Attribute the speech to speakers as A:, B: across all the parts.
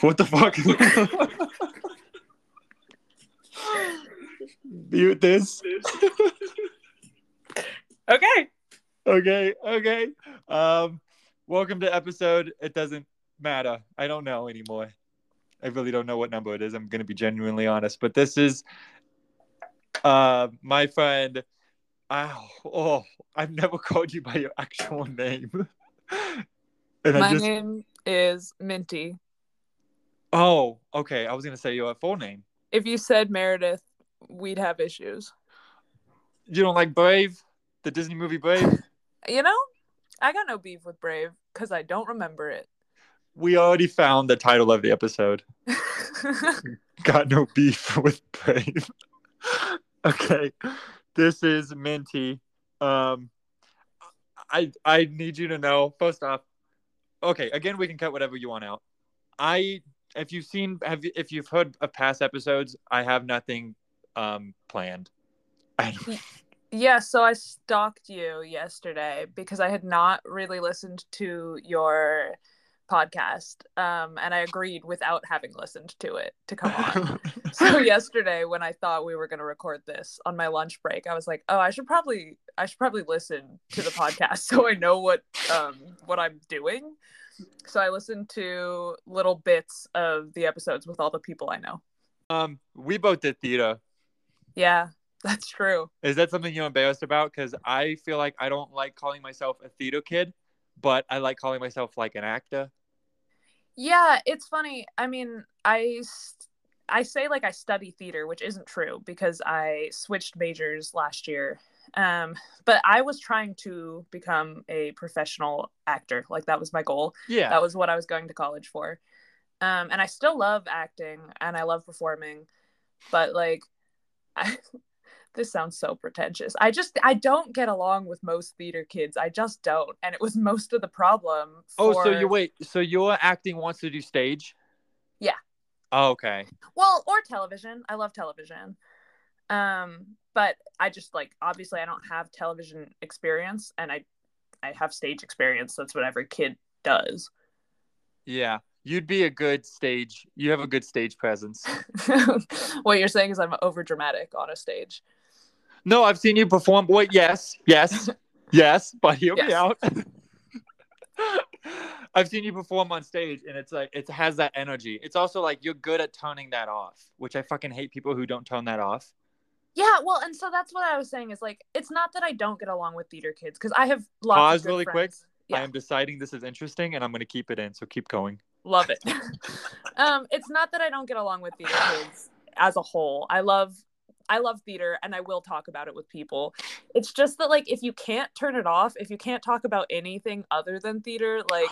A: what the fuck? Mute this.
B: Okay.
A: Okay, okay. Um, welcome to episode. It doesn't matter. I don't know anymore. I really don't know what number it is. I'm gonna be genuinely honest, but this is uh my friend. Ow, oh, I've never called you by your actual name. and I
B: My
A: just
B: name is Minty.
A: oh, okay. I was gonna say your full name.
B: If you said Meredith, we'd have issues.
A: You don't like Brave, the Disney movie Brave.
B: You know, I got no beef with Brave because I don't remember it.
A: we already found the title of the episode. got no beef with Brave. okay, this is Minty. Um, I I need you to know first off. Okay, again, we can cut whatever you want out. I if you've seen have you- if you've heard of past episodes, I have nothing um planned. I,
B: yeah, so I stalked you yesterday because I had not really listened to your podcast. Um, and I agreed without having listened to it to come on. so yesterday when i thought we were going to record this on my lunch break i was like oh i should probably i should probably listen to the podcast so i know what um what i'm doing so i listened to little bits of the episodes with all the people i know
A: um, we both did theater.
B: yeah that's true
A: Is that something you're embarrassed about? Because I feel like I don't like calling myself a theater kid, but I like calling myself like an actor.
B: yeah it's funny i mean i s- i say like i study theater which isn't true because i switched majors last year um but i was trying to become a professional actor like that was my goal
A: Yeah.
B: that was what I was going to college for. Um, and I still love acting and I love performing, but like, I, this sounds so pretentious. I just I don't get along with most theater kids. I just don't, and it was most of the problem.
A: Oh, so
B: for-
A: you wait. So your acting wants to do stage?
B: Yeah.
A: Oh, okay.
B: well or television. I love television, um, but I just like obviously I don't have television experience, and I I have stage experience. That's what every kid does.
A: Yeah. You'd be a good stage. You have a good stage presence.
B: what you're saying is I'm over dramatic on a stage.
A: No, I've seen you perform. Wait, yes, yes, yes. But hear
B: Yes.
A: me out. I've seen you perform on stage, and it's like it has that energy. It's also like you're good at turning that off, which I fucking hate people who don't turn that off.
B: Yeah, well, and so that's what I was saying is like it's not that I don't get along with theater kids because I have lots
A: Pause
B: of good
A: really quick.
B: friends. Yeah.
A: I am deciding this is interesting, and I'm going to keep it in. So keep going.
B: Love it. um, it's not that I don't get along with theater kids as a whole. I love I love theater and I will talk about it with people. It's just that like if you can't turn it off, if you can't talk about anything other than theater, like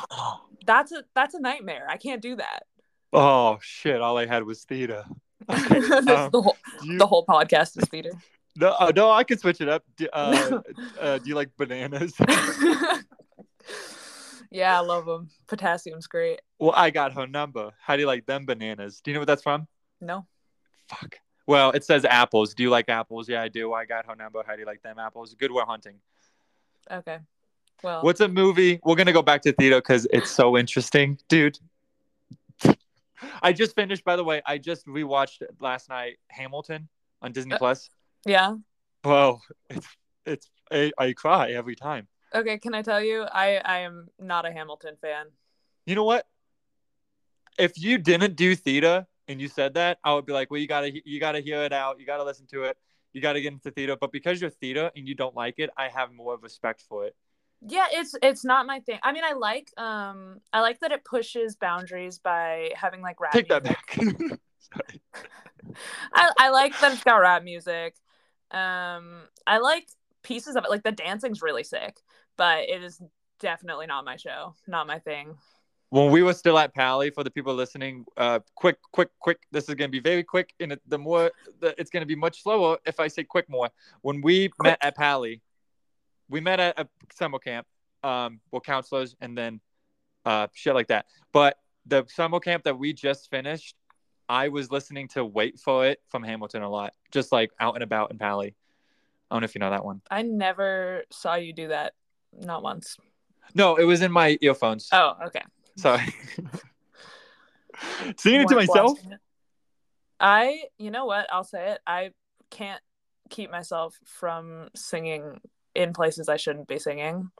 B: that's a that's a nightmare. I can't do that.
A: Oh shit! All I had was theater. Okay,
B: That's
A: um,
B: the whole
A: do you-
B: the whole podcast is theater.
A: No, uh, no, I can switch it up. Do, uh, uh, do you like bananas?
B: yeah, I love them. Potassium's great.
A: well, I got her number. How do you like them bananas? Do you know what that's from?
B: No.
A: Fuck. Well, it says apples. Do you like apples? Yeah, I do. I got her number. How do you like them apples? Good, we're hunting.
B: Okay. Well,
A: What's a movie? We're gonna go back to theater because it's so interesting, dude. I just finished, by the way. I just rewatched last night Hamilton on Disney
B: Uh,
A: Plus.
B: yeah.
A: Bro, it's it's I, I cry every time.
B: Okay, can I tell you I I am not a Hamilton fan.
A: you know what? If you didn't do theater and you said that, I would be like, well, you gotta you gotta hear it out, you gotta listen to it, you gotta get into theater. But because you're theater and you don't like it, I have more of respect for it.
B: Yeah, it's it's not my thing. I mean, I like um I like that it pushes boundaries by having like rap.
A: Take that
B: music.
A: back.
B: I I like that it's got rap music. Um I like pieces of it like the dancing's really sick, but it is definitely not my show, not my thing.
A: when we were still at Pally, for the people listening, uh, quick, quick, quick. This is gonna be very quick, and it, the more the, it's gonna be much slower if I say quick more. When we
B: Quick.
A: met at Pally, we met at a summer camp, um, well, counselors, and then uh, shit like that. But the summer camp that we just finished, I was listening to "Wait for It" from Hamilton a lot, just like out and about in Pally. I don't know if you know that one.
B: I never saw you do that not once.
A: No, it was in my earphones.
B: Oh, okay.
A: Sorry. Singing it to
B: weren't
A: myself?
B: watching it. I, you know what? I'll say it. I can't keep myself from singing in places I shouldn't be singing.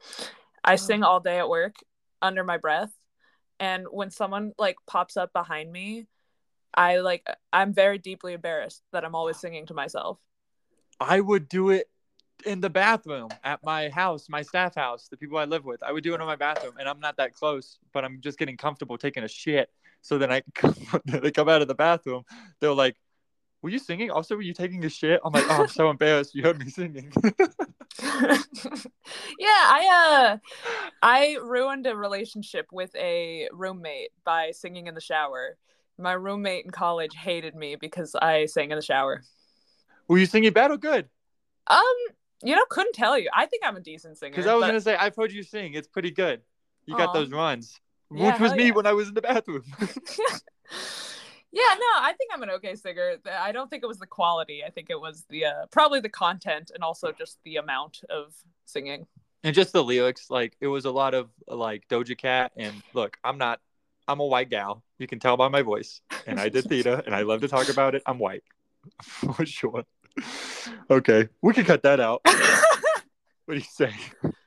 B: I sing all day at work under my breath. And when someone like pops up behind me, I like, I'm very deeply embarrassed that I'm always singing to myself.
A: I would do it in the bathroom at my house, my staff house, the people I live with. I would do it in my bathroom, and I'm not that close, but I'm just getting comfortable taking a shit. So then I they come out of the bathroom, they're like, "Were you singing? Also, were you taking a shit?" I'm like, "Oh, I'm so embarrassed. You heard me singing."
B: yeah, I uh I ruined a relationship with a roommate by singing in the shower. My roommate in college hated me because I sang in the shower.
A: were you singing bad or good?
B: Um, you know, couldn't tell you. I think I'm a decent singer.
A: Because I was
B: but-
A: gonna say I've heard you sing. It's pretty good. You
B: Aw.
A: got those runs,
B: Yeah,
A: which was
B: hell
A: me
B: yeah.
A: when I was in the bathroom.
B: yeah, no, I think I'm an okay singer. I don't think it was the quality. I think it was the uh, probably the content and also just the amount of singing.
A: and just the lyrics like it was a lot of like doja cat and look i'm not i'm a white gal you can tell by my voice and i did theater and i love to talk about it i'm white for sure okay we can cut that out what do you say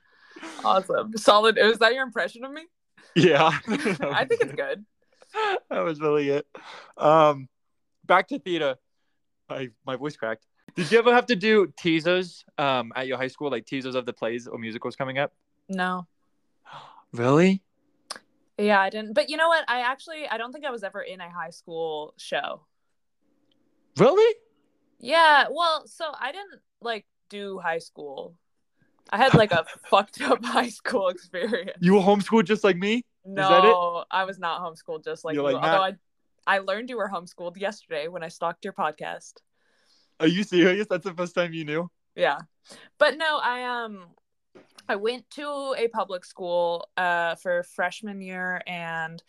B: awesome, solid. Was that your impression of me?
A: yeah
B: I think it's good.
A: that was really it um back to theater I, my voice cracked did you ever have to do teasers um at your high school like teasers of the plays or musicals coming up
B: No.
A: really
B: Yeah, I didn't. But you know what? I actually I don't think I was ever in a high school show.
A: really
B: Yeah, well, so I didn't like do high school. I had like a fucked up high school experience.
A: you were homeschooled just like me
B: No,
A: that it?
B: I was not homeschooled just like
A: You're
B: you.
A: like,
B: although I I learned you were homeschooled yesterday when I stalked your podcast.
A: Are you serious? That's the first time you knew?
B: Yeah. But no, I um I went to a public school uh for freshman year and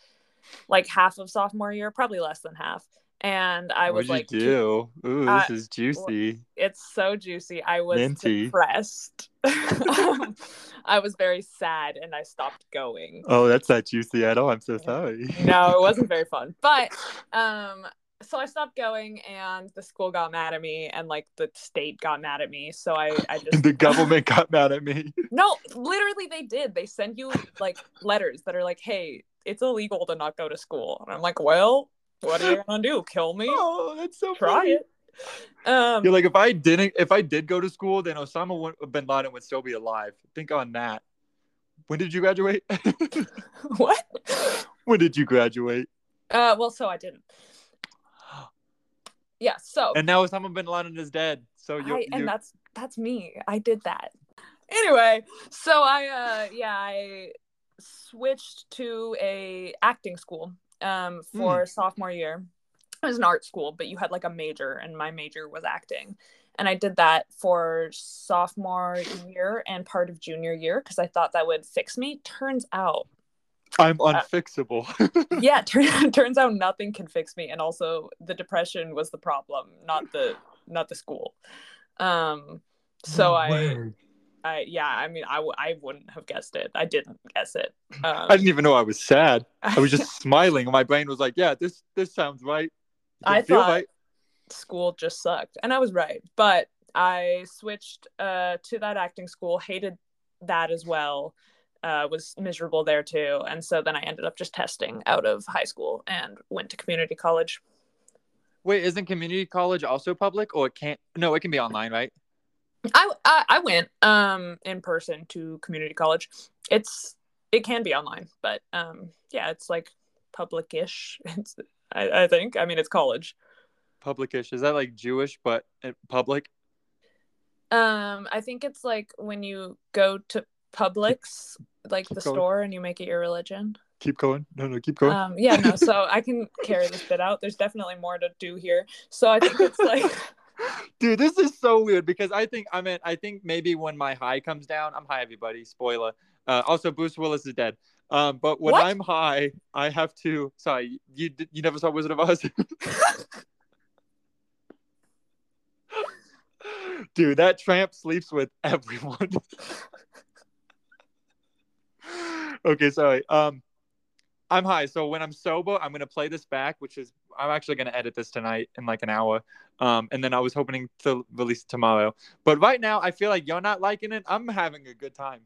B: like half of sophomore year, probably less than half. And I was like
A: you do? Ooh,
B: I-
A: this is juicy.
B: it's so juicy. I was
A: Minty.
B: depressed. Um, I was very sad and I stopped going.
A: Oh, that's not juicy at all. I'm so sorry.
B: No, it wasn't very fun. But um so I stopped going and the school got mad at me and like the state got mad at me. So I I just
A: the government got mad at me.
B: No, literally they did. They send you like letters that are like, "Hey, it's illegal to not go to school." And I'm like, "Well, what are you going to do? Kill me?
A: Oh, that's so
B: Try
A: funny.
B: it." Um
A: You're like, if I didn't, if I did go to school, then Osama would- bin Laden would still be alive. Think on that. When did you graduate?
B: what?
A: when did you graduate?
B: Uh well, so I didn't. Yeah, so
A: And now Osama bin Laden is dead. So you,
B: Oh. I,
A: you
B: and that's that's me. I did that. Anyway, so I uh yeah, I switched to a acting school um for
A: Hmm.
B: sophomore year. It was an art school, but you had like a major and my major was acting. And I did that for sophomore year and part of junior year because I thought that would fix me. Turns out,
A: I'm
B: Uh,
A: unfixable.
B: yeah, turn, turns out nothing can fix me. And also, the depression was the problem, not the not the school. Um, so I I yeah, I mean, I, w- I wouldn't have guessed it. I didn't guess it. Um,
A: I didn't even know I was sad. I was just smiling. My brain was like, yeah, this this sounds right. It
B: I
A: feel
B: thought- school just sucked, and I was right. But I switched uh, to that acting school. Hated that as well. Uh, was miserable there too, and so then I ended up just testing out of high school and went to community college.
A: Wait, isn't community college also public or it can't? No, it can be online, right?
B: I I, I went um in person to community college. It's it can be online, but um yeah, it's like public-ish. It's I, I think. I mean, it's college.
A: Publicish. Is that like Jewish, but uh, public?
B: Um, I think it's like when you go to Publix, like the
A: Keep going.
B: store, and you make it your religion.
A: Keep going. No, no, keep going.
B: Um, yeah, no. So I can carry this bit out. There's definitely more to do here. So I think it's like,
A: Dude, this is so weird because I think I mean I think maybe when my high comes down, I'm high, everybody. Spoiler. Uh, also, Bruce Willis is dead. Um, but when
B: What?
A: I'm high, I have to. Sorry, you d- you never saw Wizard of Oz. Dude, that tramp sleeps with everyone. okay, sorry. Um, I'm high. So when I'm sober, I'm gonna play this back, which is I'm actually gonna edit this tonight in like an hour. Um, and then I was hoping to release it tomorrow. But right now, I feel like you're not liking it. I'm having a good time.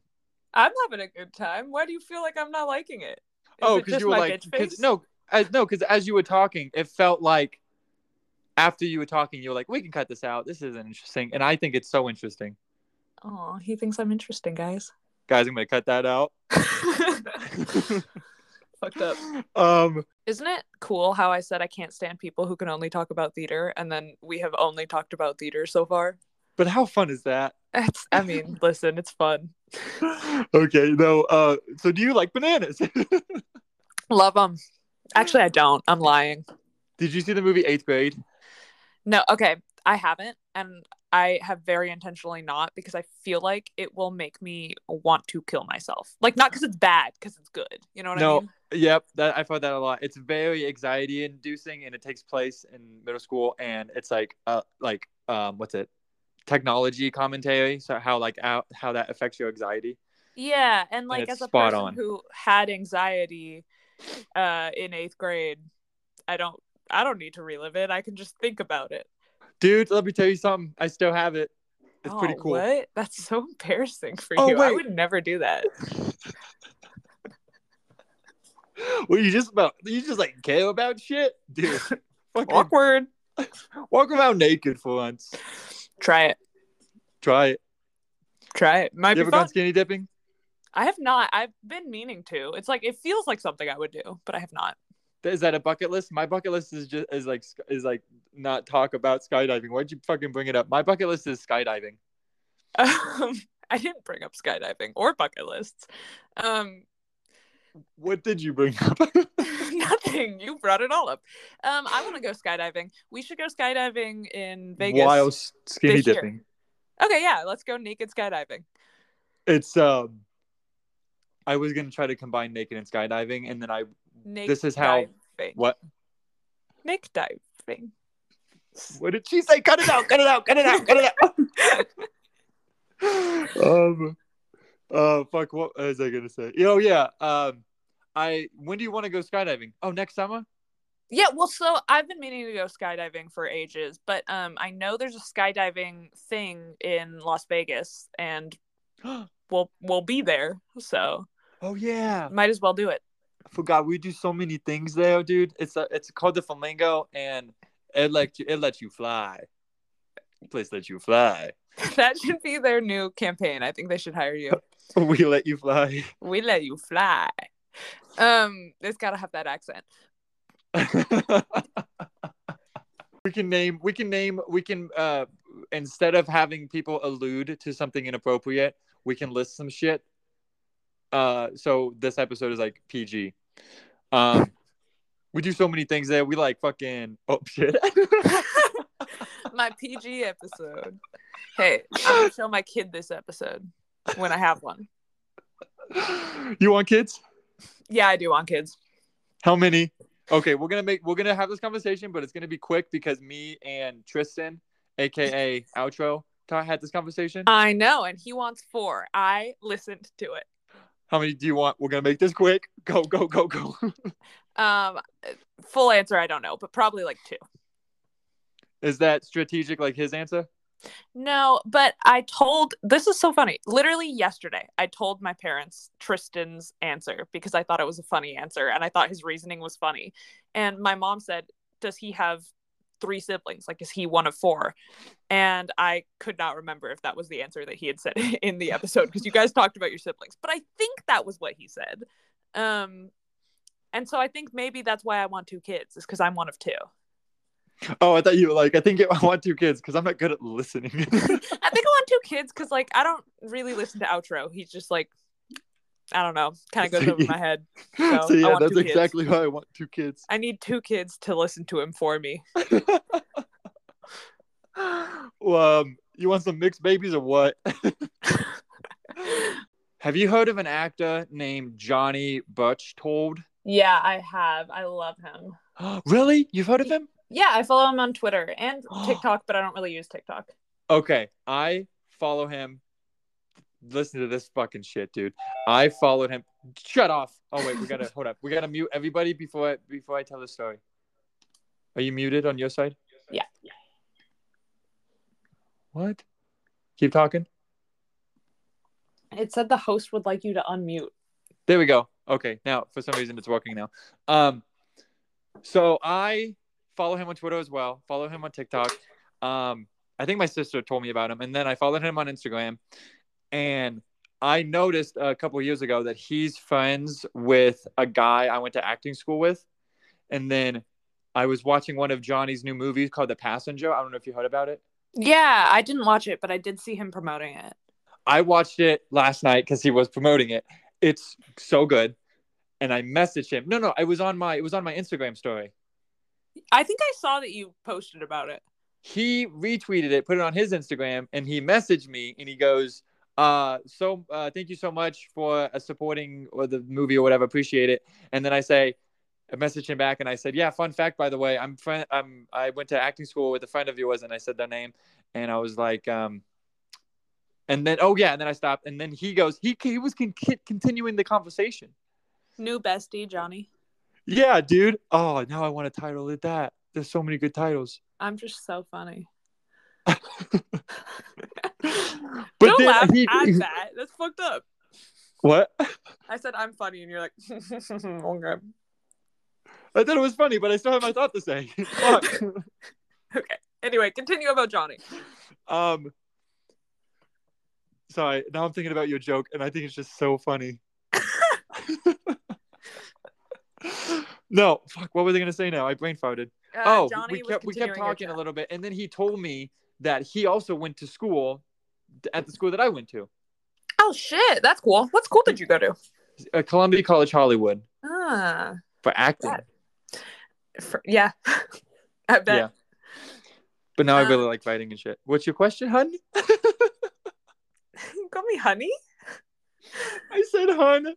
B: I'm having a good time. Why do you feel like I'm not liking it? Is
A: oh,
B: it
A: because
B: just
A: you were
B: my
A: like,
B: bitch
A: 'cause-
B: face?
A: no, as no, because as you were talking, it felt like after you were talking, you were like, we can cut this out. This isn't interesting, and I think it's so interesting,
B: Oh, he thinks I'm interesting, guys.
A: guys. I'm gonna cut that out.
B: Fucked up.
A: um,
B: Isn't it cool how I said I can't stand people who can only talk about theater, and then we have only talked about theater so far?
A: but how fun is that?
B: It's, I mean, listen, it's fun.
A: okay, no. Uh, so do you like bananas?
B: Love them. Actually, I don't. I'm lying.
A: Did you see the movie Eighth Grade?
B: No, okay. I haven't. And I have very intentionally not because I feel like it will make me want to kill myself. Like, not because it's bad, because it's good. You know what
A: No.
B: I mean?
A: Yep, that I felt that a lot. It's very anxiety inducing, and it takes place in middle school, and it's like uh like um what's it technology commentary, so how like out how that affects your anxiety.
B: Yeah. And like,
A: it's
B: as a
A: spot
B: person
A: on.
B: who had anxiety uh, in eighth grade, I don't. I don't need to relive it. I can just think about it.
A: Dude, let me tell you something. I still have it. It's pretty
B: Oh,
A: cool.
B: What? That's so embarrassing for
A: Oh,
B: you. I
A: wait.
B: would never do that.
A: Well, you just about you just like care about shit, dude. Fucking walk,
B: Awkward.
A: around naked for once.
B: Try it.
A: Try it.
B: Try it. Might
A: you
B: be
A: ever
B: fun.
A: gone skinny dipping?
B: I have not. I've been meaning to. It's like it feels like something I would do, but I have not.
A: Is that a bucket list? My bucket list is just is like sk- is like not talk about skydiving. Why'd you fucking bring it up? My bucket list is skydiving.
B: Um, I didn't bring up skydiving or bucket lists. Um,
A: What did you bring up?
B: nothing. You brought it all up. Um, I want to go skydiving. We should go skydiving in Vegas.
A: While s- skinny
B: this year.
A: dipping.
B: Okay, yeah, let's go naked skydiving.
A: It's um I was gonna try to combine naked and skydiving and then I
B: Naked
A: This is how-
B: diving.
A: what
B: Nick diving.
A: what did she say? Cut it out, cut it out, cut it out, cut it out. um uh fuck what was I gonna say? Oh yeah. Um I when do you want to go skydiving? Oh next summer?
B: Yeah, well, so I've been meaning to go skydiving for ages, but um, I know there's a skydiving thing in Las Vegas, and we'll we'll be there, so
A: oh yeah.
B: might as well do it.
A: I forgot we do so many things there, dude. It's a, it's called the flamingo, and it let you it lets you fly. Place let you fly.
B: that should be their new campaign. I think they should hire you.
A: We let you fly.
B: We let you fly. Um, it's gotta have that accent.
A: we can name we can name we can uh instead of having people allude to something inappropriate, we can list some shit. Uh so this episode is like PG. Um we do so many things there. We like fucking oh shit.
B: My PG episode. Hey, I'm gonna show my kid this episode when I have one.
A: you want kids?
B: Yeah, I do on kids.
A: How many? Okay, we're gonna make we're gonna have this conversation, but it's gonna be quick because me and Tristan, aka Outro, ta- had this conversation.
B: I know, and he wants four. I listened to it.
A: How many do you want? We're gonna make this quick. Go go go go.
B: Um, full answer, I don't know, but probably like two.
A: Is that strategic? Like his answer?
B: No, but I told this is so funny. Literally yesterday, I told my parents Tristan's answer because I thought it was a funny answer and I thought his reasoning was funny. And my mom said, Does he have three siblings? Like, is he one of four? And I could not remember if that was the answer that he had said in the episode because you guys talked about your siblings, but I think that was what he said. Um, and so I think maybe that's why I want two kids is because I'm one of two.
A: Oh, I thought you were like. I think I want two kids because I'm not good at listening.
B: I think I want two kids because like I don't really listen to outro. He's just like I don't know, kind of goes over my head.
A: so
B: I
A: yeah,
B: want
A: that's
B: two kids.
A: exactly why I want two kids.
B: I need two kids to listen to him for me.
A: well, um, you want some mixed babies or what? Have you heard of an actor named Johnny Butch Told?
B: Yeah, I have. I love him.
A: really? You've heard of him?
B: Yeah, I follow him on Twitter and TikTok, but I don't really use TikTok.
A: Okay, I follow him listen to this fucking shit, dude. I followed him. Shut off. Oh wait, we gotta hold up. We gotta mute everybody before I before I tell the story. Are you muted on your side?
B: Yeah.
A: What? Keep talking.
B: It said the host would like you to unmute.
A: There we go. Okay. Now, for some reason, it's working now. Um, so I follow him on Twitter as well. Follow him on TikTok. Um, I think my sister told me about him, and then I followed him on Instagram. And I noticed a couple years ago that he's friends with a guy I went to acting school with. And then I was watching one of Johnny's new movies called The Passenger. I don't know if you heard about it.
B: Yeah, I didn't watch it, but I did see him promoting it.
A: I watched it last night because he was promoting it. It's so good. And I messaged him. No, no, it was on my it was on my Instagram story.
B: I think I saw that you posted about it.
A: He retweeted it, put it on his Instagram, and he messaged me and he goes, uh, so uh, thank you so much for uh, supporting or the movie or whatever. Appreciate it. And then I say, I messaged him back and I said, yeah, fun fact, by the way, I'm friend. I'm I went to acting school with a friend of yours, and I said their name, and I was like, um, and then oh yeah, and then I stopped, and then he goes, he he was con- con- continuing the conversation.
B: New bestie, Johnny.
A: Yeah, dude. Oh, now I want to title it that. There's so many good titles.
B: I'm just so funny.
A: But
B: Don't
A: then
B: laugh
A: he-
B: at that. That's fucked up.
A: What?
B: I said I'm funny, and you're like, okay.
A: I thought it was funny, but I still have my thought to say. Fuck.
B: Anyway, continue about Johnny.
A: um, sorry. Now I'm thinking about your joke, and I think it's just so funny. no, fuck. What was I gonna say now? I brain farted.
B: Uh,
A: oh,
B: Johnny
A: we
B: was
A: kept we kept
B: continuing your
A: talking a
B: chat.
A: little bit, and then he told me that he also went to school th- at the school that I went to,
B: Oh shit, that's cool. What school did you go to?
A: uh, Columbia College Hollywood,
B: Ah,
A: for acting.
B: Yeah. for- yeah. I bet.
A: Yeah. But now I
B: Um,
A: really like writing and shit. What's your question, hun?
B: you call me honey?
A: I said hun.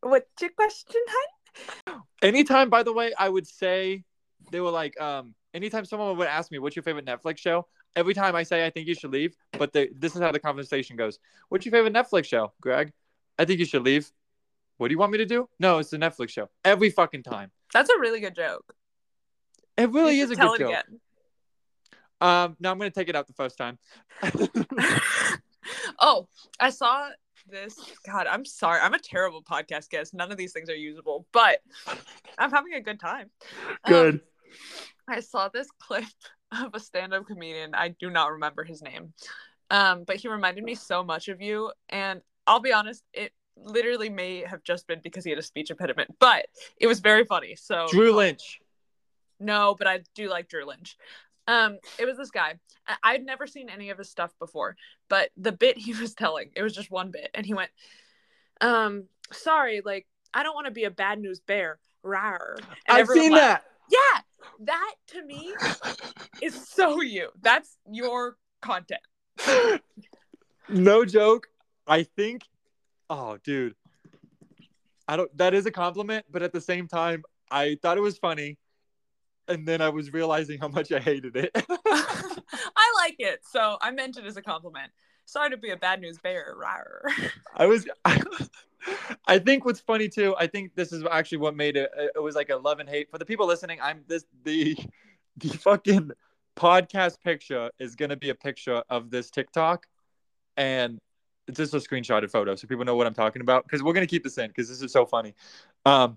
B: What's your question, honey?
A: anytime by the way i would say they were like um anytime someone would ask me what's your favorite netflix show every time i say i think you should leave but the, this is how the conversation goes what's your favorite netflix show greg i think you should leave what do you want me to do no it's the netflix show every fucking time
B: That's a really good joke.
A: it
B: You
A: really
B: should
A: is a
B: tell
A: good
B: it
A: joke
B: again.
A: um no i'm gonna take it out the first time
B: oh, I saw this. God, I'm sorry. I'm a terrible podcast guest. None of these things are usable, but I'm having a good time. Um,
A: good
B: I saw this clip of a stand-up comedian. I do not remember his name, um, but he reminded me so much of you. And I'll be honest, it literally may have just been because he had a speech impediment, but it was very funny. So
A: drew lynch
B: no, but I do like Drew Lynch. Um, it was this guy. I- I'd never seen any of his stuff before, but the bit he was telling, it was just one bit, and he went, um, "Sorry, like I don't want to be a bad news bear." Rawr. And
A: i've
B: everyone
A: seen
B: laughed.
A: that
B: Yeah, that to me is so you. That's your content.
A: no joke. I think, oh, dude, I don't. That is a compliment, but at the same time, I thought it was funny, and then I was realizing how much I hated it.
B: I like it, so I meant it as a compliment. Sorry to be a bad news bear. Rawr.
A: I was. I, I think what's funny too. I think this is actually what made it. It was like a love and hate for the people listening. I'm this the the fucking podcast picture is gonna be a picture of this TikTok, and it's just a screenshotted photo so people know what I'm talking about because we're gonna keep this in because this is so funny. Um,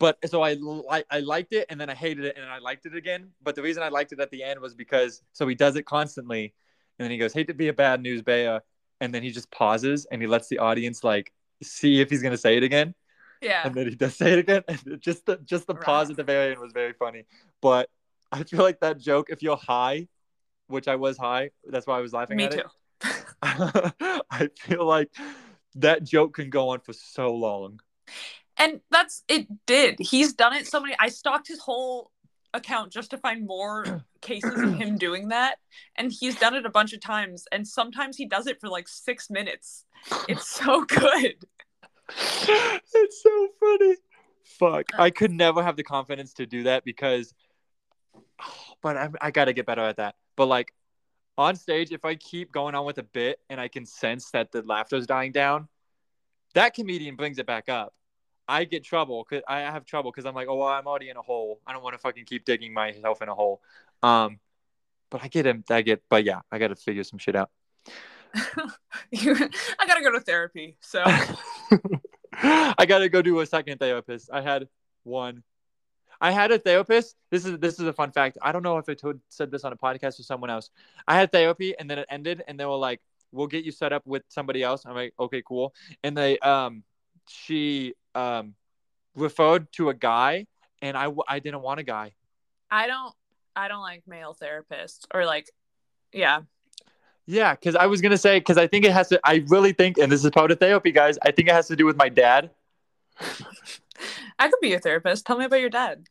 A: but so I li- I liked it and then I hated it and I liked it again. But the reason I liked it at the end was because so he does it constantly, and then he goes, "Hate to be a bad news bear," and then he just pauses and he lets the audience like see if he's gonna say it again,
B: Yeah.
A: and then he does say it again. And it- just the just the pause at the very end was very funny. But I feel like that joke, if you're high, which I was high, that's why I was laughing
B: Me
A: at
B: too.
A: it. I feel like that joke can go on for so long.
B: And that's it did. He's done it so many I stalked his whole account just to find more cases of him doing that. And he's done it a bunch of times. And sometimes he does it for like six minutes. It's so good.
A: it's so funny. Fuck, I could never have the confidence to do that because, but I, I gotta get better at that. But like, on stage, if I keep going on with a bit and I can sense that the laughter's dying down, that comedian brings it back up. I get trouble because I have trouble because I'm like, oh, well, I'm already in a hole. I don't want to fucking keep digging myself in a hole. Um, but I get him. I get. But yeah, I got to figure some shit out.
B: You- I gotta go to therapy. So
A: I gotta go do a second therapist. I had one. I had a therapist. This is this is a fun fact. I don't know if I told said this on a podcast or someone else. I had therapy and then it ended, and they were like, "We'll get you set up with somebody else." I'm like, "Okay, cool." And they um, she um, referred to a guy, and I w- I didn't want a guy.
B: I don't I don't like male therapists or like yeah.
A: Yeah, because I was gonna say because I think it has to. I really think, and this is part of therapy, guys. I think it has to do with my dad.
B: I could be your therapist. Tell me about your dad.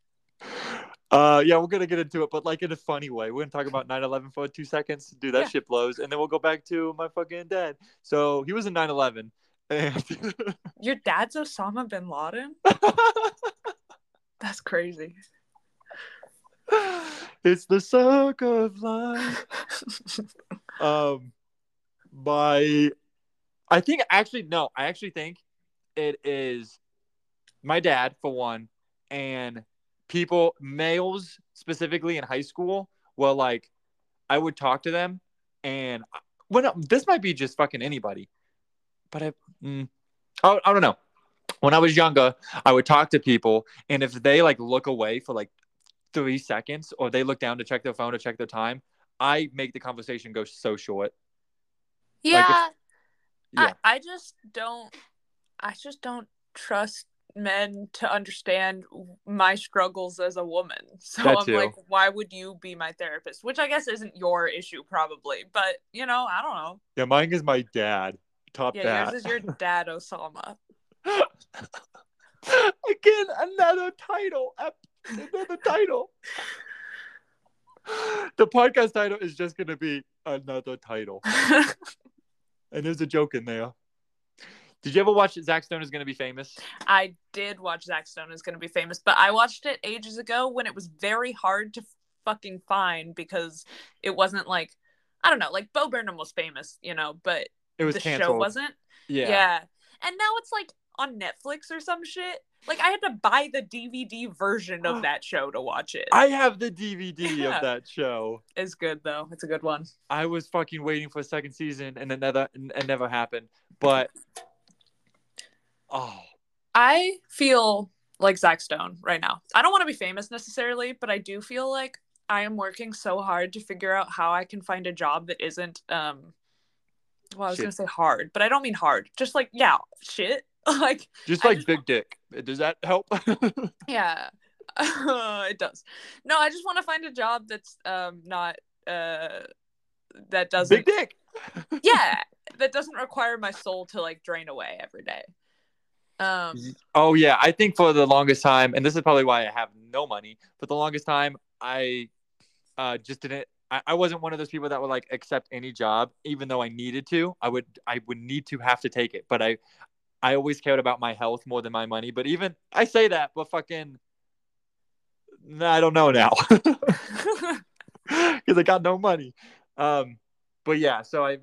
A: Uh, yeah, we're gonna get into it, but like in a funny way. We're gonna talk about 9/11 for two seconds. Dude, that
B: Yeah.
A: shit blows, and then we'll go back to my fucking dad. So he was in 9/11, and
B: Your dad's Osama bin Laden? That's crazy.
A: it's the circle of life. Um, my, I think actually no, I actually think it is my dad for one, and people males specifically in high school. Well, like I would talk to them, and when this might be just fucking anybody, but I, mm, I, I don't know. When I was younger, I would talk to people, and if they like look away for like three seconds, or they look down to check their phone to check their time, I make the conversation go so short.
B: yeah.
A: Yeah.
B: I, I just don't I just don't trust men to understand my struggles as a woman. So
A: That
B: I'm
A: too.
B: like, why would you be my therapist? Which I guess isn't your issue probably, but you know, I don't know.
A: Yeah, mine is my dad. Top
B: Yeah,
A: that.
B: yours is your dad Osama.
A: Again, another title. ep- Another title. The podcast title is just going to be another title. And there's a joke in there. Did you ever watch Zach Stone is going to be famous?
B: I did watch Zack Stone is going to be famous, but I watched it ages ago when it was very hard to fucking find because it wasn't like I don't know, like Bo Burnham was famous, you know, but
A: It was
B: the
A: canceled.
B: show wasn't. Yeah. And now it's like on Netflix or some shit. Like I had to buy the DVD version of that show to watch it.
A: I have the DVD
B: Yeah.
A: of that show.
B: it's good though. It's a good one.
A: I was fucking waiting for a second season and it never, it never happened. But, oh,
B: I feel like Zack Stone right now. I don't want to be famous necessarily, but I do feel like I am working so hard to figure out how I can find a job that isn't um well, I was
A: Shit.
B: going to say hard, but I don't mean hard. Just like yeah, shit. like
A: just
B: I
A: like
B: just
A: Big Dick. Does that help?
B: yeah. it does. No, I just want to find a job that's um not uh that doesn't
A: Big Dick.
B: yeah that doesn't require my soul to like drain away every day um
A: Oh yeah, I think for the longest time, and this is probably why I have no money. For the longest time, I uh, just didn't. I, I wasn't one of those people that would like accept any job, even though I needed to. I would. I would need to have to take it, but I. I always cared about my health more than my money. But even I say that, but fucking, nah, I don't know now. because I got no money. Um, but yeah, so I,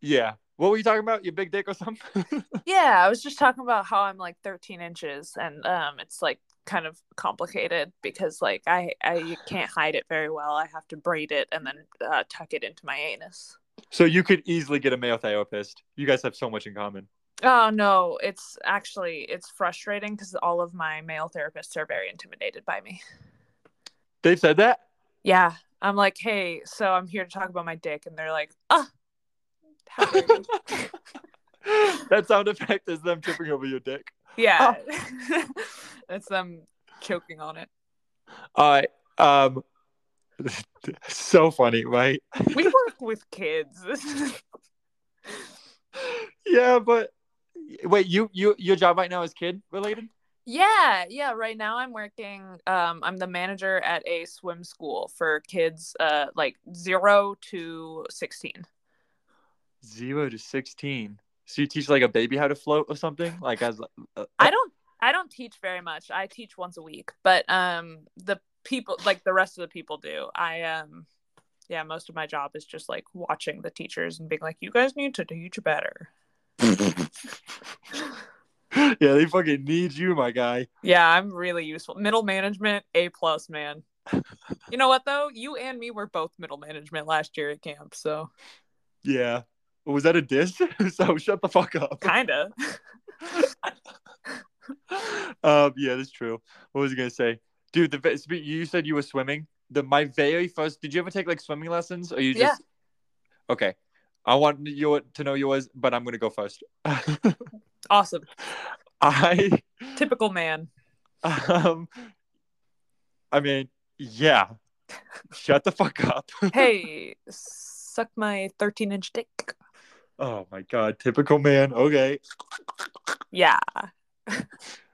A: yeah. What were you talking about? Your big dick or something?
B: yeah i was just talking about how i'm like 13 inches and um it's like kind of complicated because like i i can't hide it very well i have to braid it and then uh, tuck it into my anus
A: so you could easily get a male therapist. You guys have so much in common.
B: oh no it's actually it's frustrating because all of my male therapists are very intimidated by me
A: They've said that.
B: yeah i'm like hey so i'm here to talk about my dick and they're like ah how dare you."
A: that sound effect is them tripping over your dick.
B: Yeah. Oh. That's them choking on it.
A: All right. Um, so funny, right?
B: We work with kids. This is-
A: Yeah, but wait, you you your job right now is kid related.
B: yeah, yeah. Right now I'm working um I'm the manager at a swim school for kids uh like zero to sixteen.
A: Zero to sixteen. So you teach like a baby how to float or something? Like as uh,
B: I don't I don't teach very much. I teach once a week, but um the people like the rest of the people do. I um yeah, most of my job is just like watching the teachers and being like, you guys need to teach better.
A: yeah, they fucking need you, my guy.
B: Yeah, I'm really useful. Middle management, A plus, man. you know what though? You and me were both middle management last year at camp, so
A: Yeah. Was that a diss? so shut the fuck up.
B: kinda.
A: um, yeah, that's true. What was I gonna say, dude? The ve- spe- you said you were swimming. The my very first. Did you ever take like swimming lessons? Or you
B: Yeah.
A: just okay? I want you to know yours, but I'm gonna go first.
B: awesome.
A: I
B: Typical man.
A: um, I mean, yeah. Shut the fuck up.
B: Hey, suck my 13 inch dick.
A: Oh my god, typical man. Okay,
B: Yeah.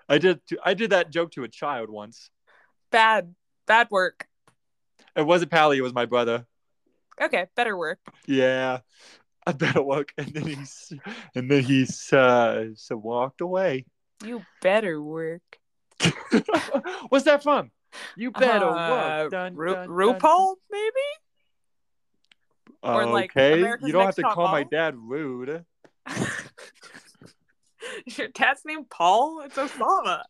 A: I did. I did that joke to a child once.
B: Bad bad work.
A: It wasn't Pally. It was my brother.
B: Okay, better work.
A: yeah i better walk and then he's and then he's uh so walked away
B: You better work.
A: what's that from you better
B: Uh,
A: walk dun,
B: Ru-
A: dun, dun.
B: RuPaul, maybe? or, like,
A: okay
B: America's
A: you don't have
B: Next
A: to
B: Top
A: call my
B: Model?
A: dad rude
B: Is your dad's name Paul? It's Osama.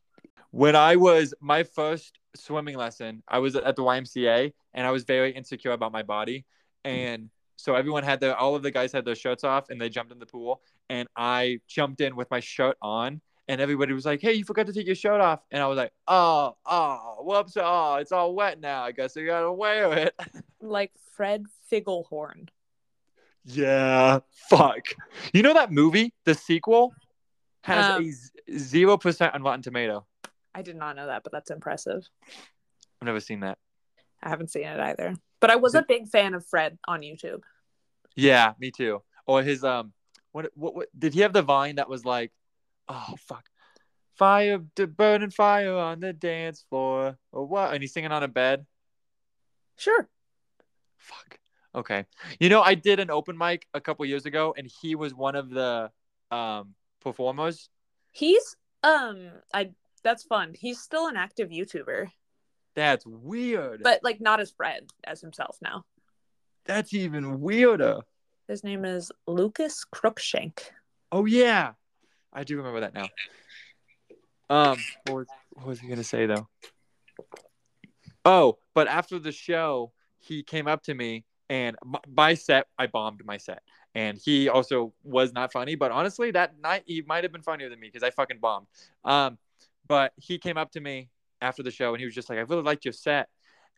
A: when i was my first swimming lesson i was at the ymca and i was very insecure about my body and so everyone had their all of the guys had their shirts off and they jumped in the pool and i jumped in with my shirt on and everybody was like hey you forgot to take your shirt off and i was like oh oh whoops oh it's all wet now i guess i gotta wear it
B: Like Fred Figglehorn.
A: yeah fuck you know that movie the sequel has
B: Um,
A: a z- 0% on rotten tomato
B: I did not know that, but that's impressive.
A: i've never seen that
B: I haven't seen it either. But I was a big fan of Fred on YouTube.
A: Yeah, me too. Or his um, what what, what did he have the vine that was like, oh fuck, fire d- burning fire on the dance floor or what? And he's singing on a bed.
B: Sure.
A: Fuck. Okay. You know, I did an open mic a couple years ago, and he was one of the um performers.
B: He's um I that's fun. He's still an active YouTuber,
A: That's weird.
B: but like not as Fred as himself now.
A: That's even weirder.
B: His name is Lucas Crookshank.
A: Oh yeah, I do remember that now. Um, what was, what was he gonna say though? Oh, but after the show, he came up to me and my, my set, I bombed my set, and he also was not funny. But honestly, that night he might have been funnier than me because I fucking bombed. Um, but he came up to me after the show and he was just like, "I really liked your set,"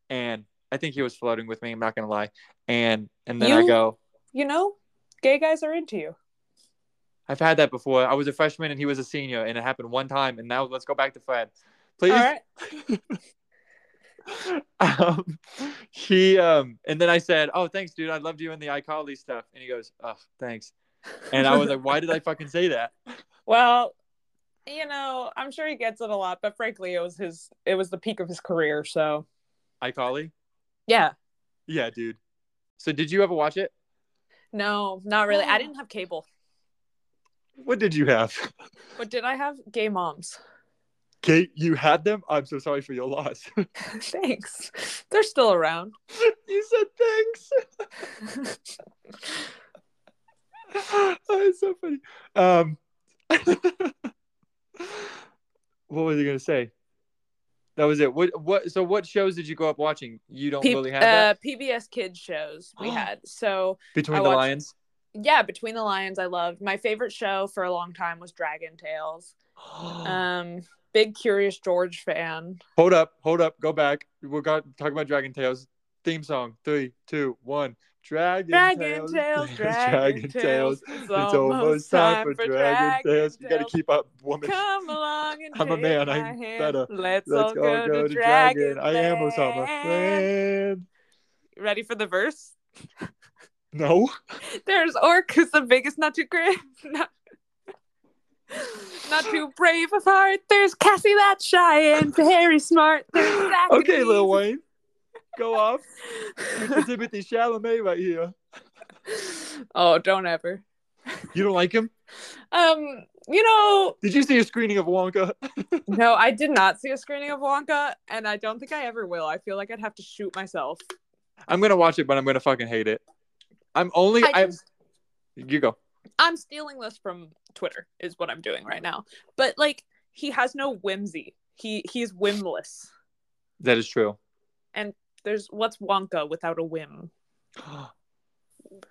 A: and I think he was flirting with me. I'm not gonna lie. And and then I
B: You-
A: go,
B: You know, gay guys are into you.
A: I've had that before. I was a freshman and he was a senior, and it happened one time. And now let's go back to Fred, please.
B: All right.
A: um, he um, and then I said, "Oh, thanks, dude. I loved you in the iCarly stuff." And he goes, "Oh, thanks." And I was like, "Why did I fucking say that?"
B: Well, you know, I'm sure he gets it a lot, but frankly, it was his it was the peak of his career, so
A: iCarly?
B: yeah.
A: Yeah, dude. So did you ever watch it?
B: No, not really. I didn't have cable.
A: What did you have?
B: But did I have gay moms?
A: Kate, you had them. I'm so sorry for your loss.
B: Thanks. They're still around.
A: you said thanks. oh, it's so funny. Um, what was I gonna say? That was it. What what? So what shows did you grow up watching? You don't
B: P-
A: really Oh, have
B: uh,
A: that
B: PBS kids shows we had. So
A: between
B: I
A: the
B: watched-
A: lions.
B: yeah, Between the Lions, I loved. My favorite show for a long time was Dragon Tales. Um, big Curious George fan.
A: Uh, hold up, hold up, go back. We're going to talk about Dragon Tales theme song. Three, two, one. Dragon,
B: Dragon Tales, Dragon Tales.
A: It's almost time for Dragon Tales. You gotta keep up, woman.
B: Come along and
A: I'm a
B: take
A: man,
B: my
A: I'm
B: hand.
A: better.
B: Let's,
A: Let's
B: all go, to,
A: Dragon.
B: Dragon.
A: I am Osama.
B: Land.
A: Land.
B: Ready for the verse?
A: No.
B: There's Orc, who's the biggest, not too great, not, not too brave of heart. There's Cassie, that shy, and very smart. There's Zach and
A: okay, Lil
B: Eve.
A: Wayne, go off. Mr. Timothy Chalamet right here.
B: oh, don't ever.
A: You don't like him?
B: Um, you know,
A: Did you see a screening of Wonka?
B: no, I did not see a screening of Wonka, and I don't think I ever will. I feel like I'd have to shoot myself.
A: I'm gonna watch it, but I'm gonna fucking hate it. I'm only
B: I
A: I
B: just-
A: you go.
B: I'm stealing this from Twitter is what I'm doing right now. But like he has no whimsy. He he's whimless.
A: That is true.
B: There's what's Wonka without a whim?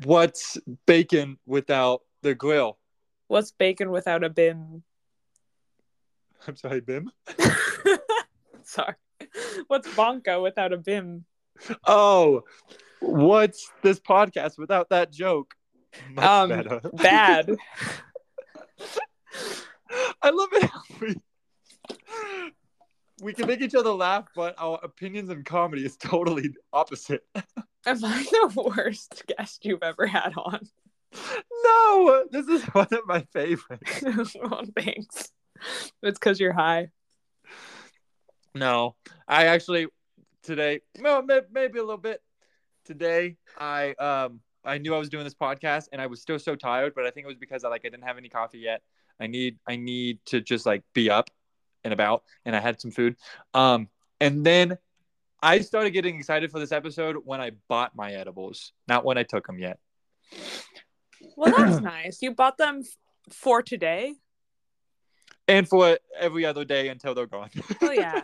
A: What's bacon without the grill?
B: What's bacon without a bim?
A: I'm sorry, Bim.
B: Sorry. What's Bonka without a bim?
A: Oh, what's this podcast without that joke? Much
B: Um,
A: better.
B: Bad.
A: I love it. How we we can make each other laugh, but our opinions in comedy is totally opposite.
B: Am I the worst guest you've ever had on?
A: No, this is one of my favorites.
B: well, Oh, thanks. It's because you're high.
A: No, I actually today, well, may- maybe a little bit. Today, I um, I knew I was doing this podcast, and I was still so tired, but I think it was because I like I didn't have any coffee yet. I need I need to just like be up and about, and I had some food. Um, and then I started getting excited for this episode when I bought my edibles, not when I took them yet.
B: Well, that's nice. You bought them f- for today?
A: And for every other day until they're gone.
B: Oh yeah.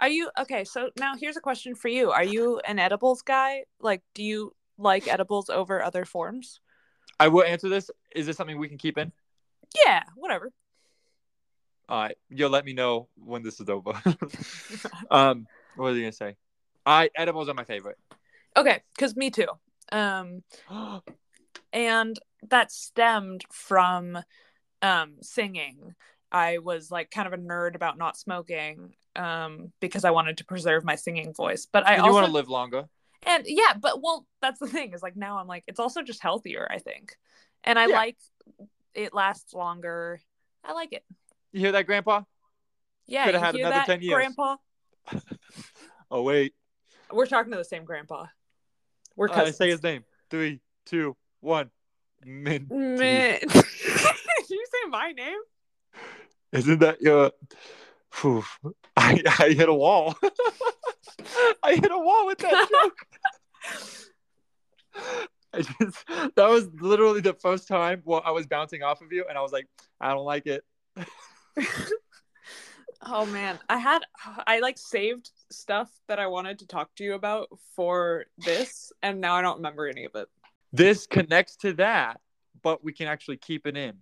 B: Are you okay? So now here's a question for you. Are you an edibles guy? Like, do you like edibles over other forms?
A: I will answer this. Is this something we can keep in?
B: Yeah, whatever.
A: All right, Uh, you'll let me know when this is over. um, what was I gonna say? I edibles are my favorite.
B: Okay, because me too. Um, and that stemmed from um singing. I was like kind of a nerd about not smoking um because I wanted to preserve my singing voice. But I
A: you
B: also
A: want to live longer.
B: And yeah, but well, that's the thing is like now I'm like, it's also just healthier, I think. And I
A: Yeah.
B: like it lasts longer. I like it.
A: You hear that, Grandpa?
B: Yeah.
A: Coulda
B: you
A: had
B: hear
A: another
B: that,
A: 10 years.
B: Grandpa.
A: Oh wait,
B: We're talking to the same grandpa. We're
A: All right,
B: cousins.
A: Uh, say his name. Three, two, one. Min.
B: Meh. Did you say my name?
A: Isn't that your? Phew. I I hit a wall. I hit a wall with that joke. I just, that was literally the first time well, I was bouncing off of you, and I was like, I don't like it.
B: Oh man, I had I like saved stuff that I wanted to talk to you about for this, and now I don't remember any of it.
A: this connects to that, but we can actually keep it in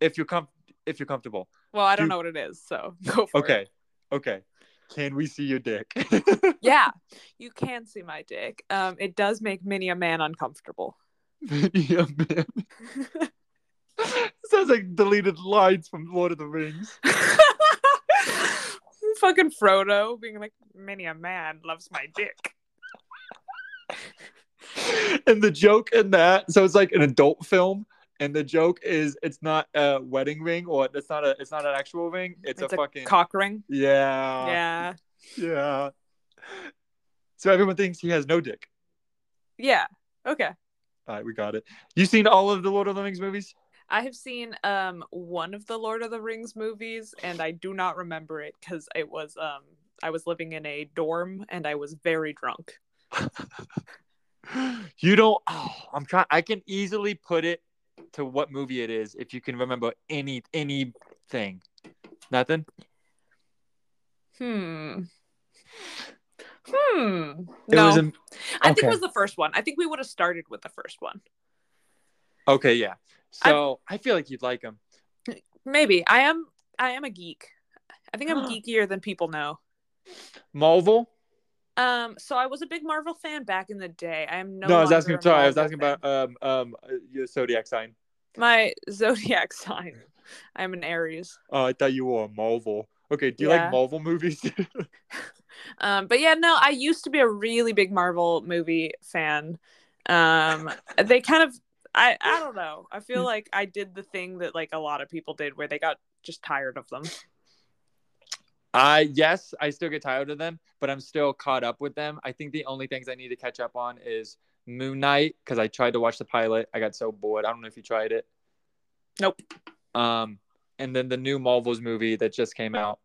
A: if you're com- if you're comfortable.
B: Well, I don't
A: Dude.
B: know what it is, so go for it.
A: Okay, okay. Can we see your dick?
B: Yeah, you can see my dick. Um, it does make Minnie a man uncomfortable.
A: yeah, man. Sounds like deleted lines from Lord of the Rings.
B: Fucking Frodo being like, many a man loves my dick.
A: and the joke in that, so it's like an adult film, and the joke is it's not a wedding ring or it's not a it's not an actual ring. It's, a, fucking
B: cock ring.
A: yeah,
B: yeah.
A: yeah. So everyone thinks he has no dick.
B: Yeah. Okay.
A: All right, we got it. You seen all of the Lord of the Rings movies?
B: I have seen um one of the Lord of the Rings movies and I do not remember it because it was um I was living in a dorm and I was very drunk.
A: You don't. Oh, I'm trying. I can easily put it to what movie it is if you can remember any anything. Nothing.
B: Hmm. Hmm.
A: It
B: no.
A: was in.
B: I think
A: okay.
B: it was the first one. I think we would have started with the first one.
A: Okay, yeah. So I, feel like you'd like him.
B: Maybe. I am I am a geek. I think I'm geekier than people know.
A: Marvel.
B: Um, so I was a big Marvel fan back in the day. I am no.
A: No, I was
B: longer
A: asking.
B: a
A: Sorry, I was
B: Marvel
A: asking
B: fan.
A: about um um uh, your zodiac sign.
B: my zodiac sign. I'm an Aries.
A: Oh, I thought you were a Marvel. Okay, do you
B: Yeah.
A: like Marvel movies?
B: Um, but yeah, no, I used to be a really big Marvel movie fan. Um, they kind of, I, I don't know. I
A: Hmm.
B: feel like I did the thing that like a lot of people did, where they got just tired of them.
A: I yes, I still get tired of them, but I'm still caught up with them. I think the only things I need to catch up on is Moon Knight because I tried to watch the pilot. I got so bored. I don't know if you tried it.
B: Nope.
A: Um, and then the new Marvels movie that just came out.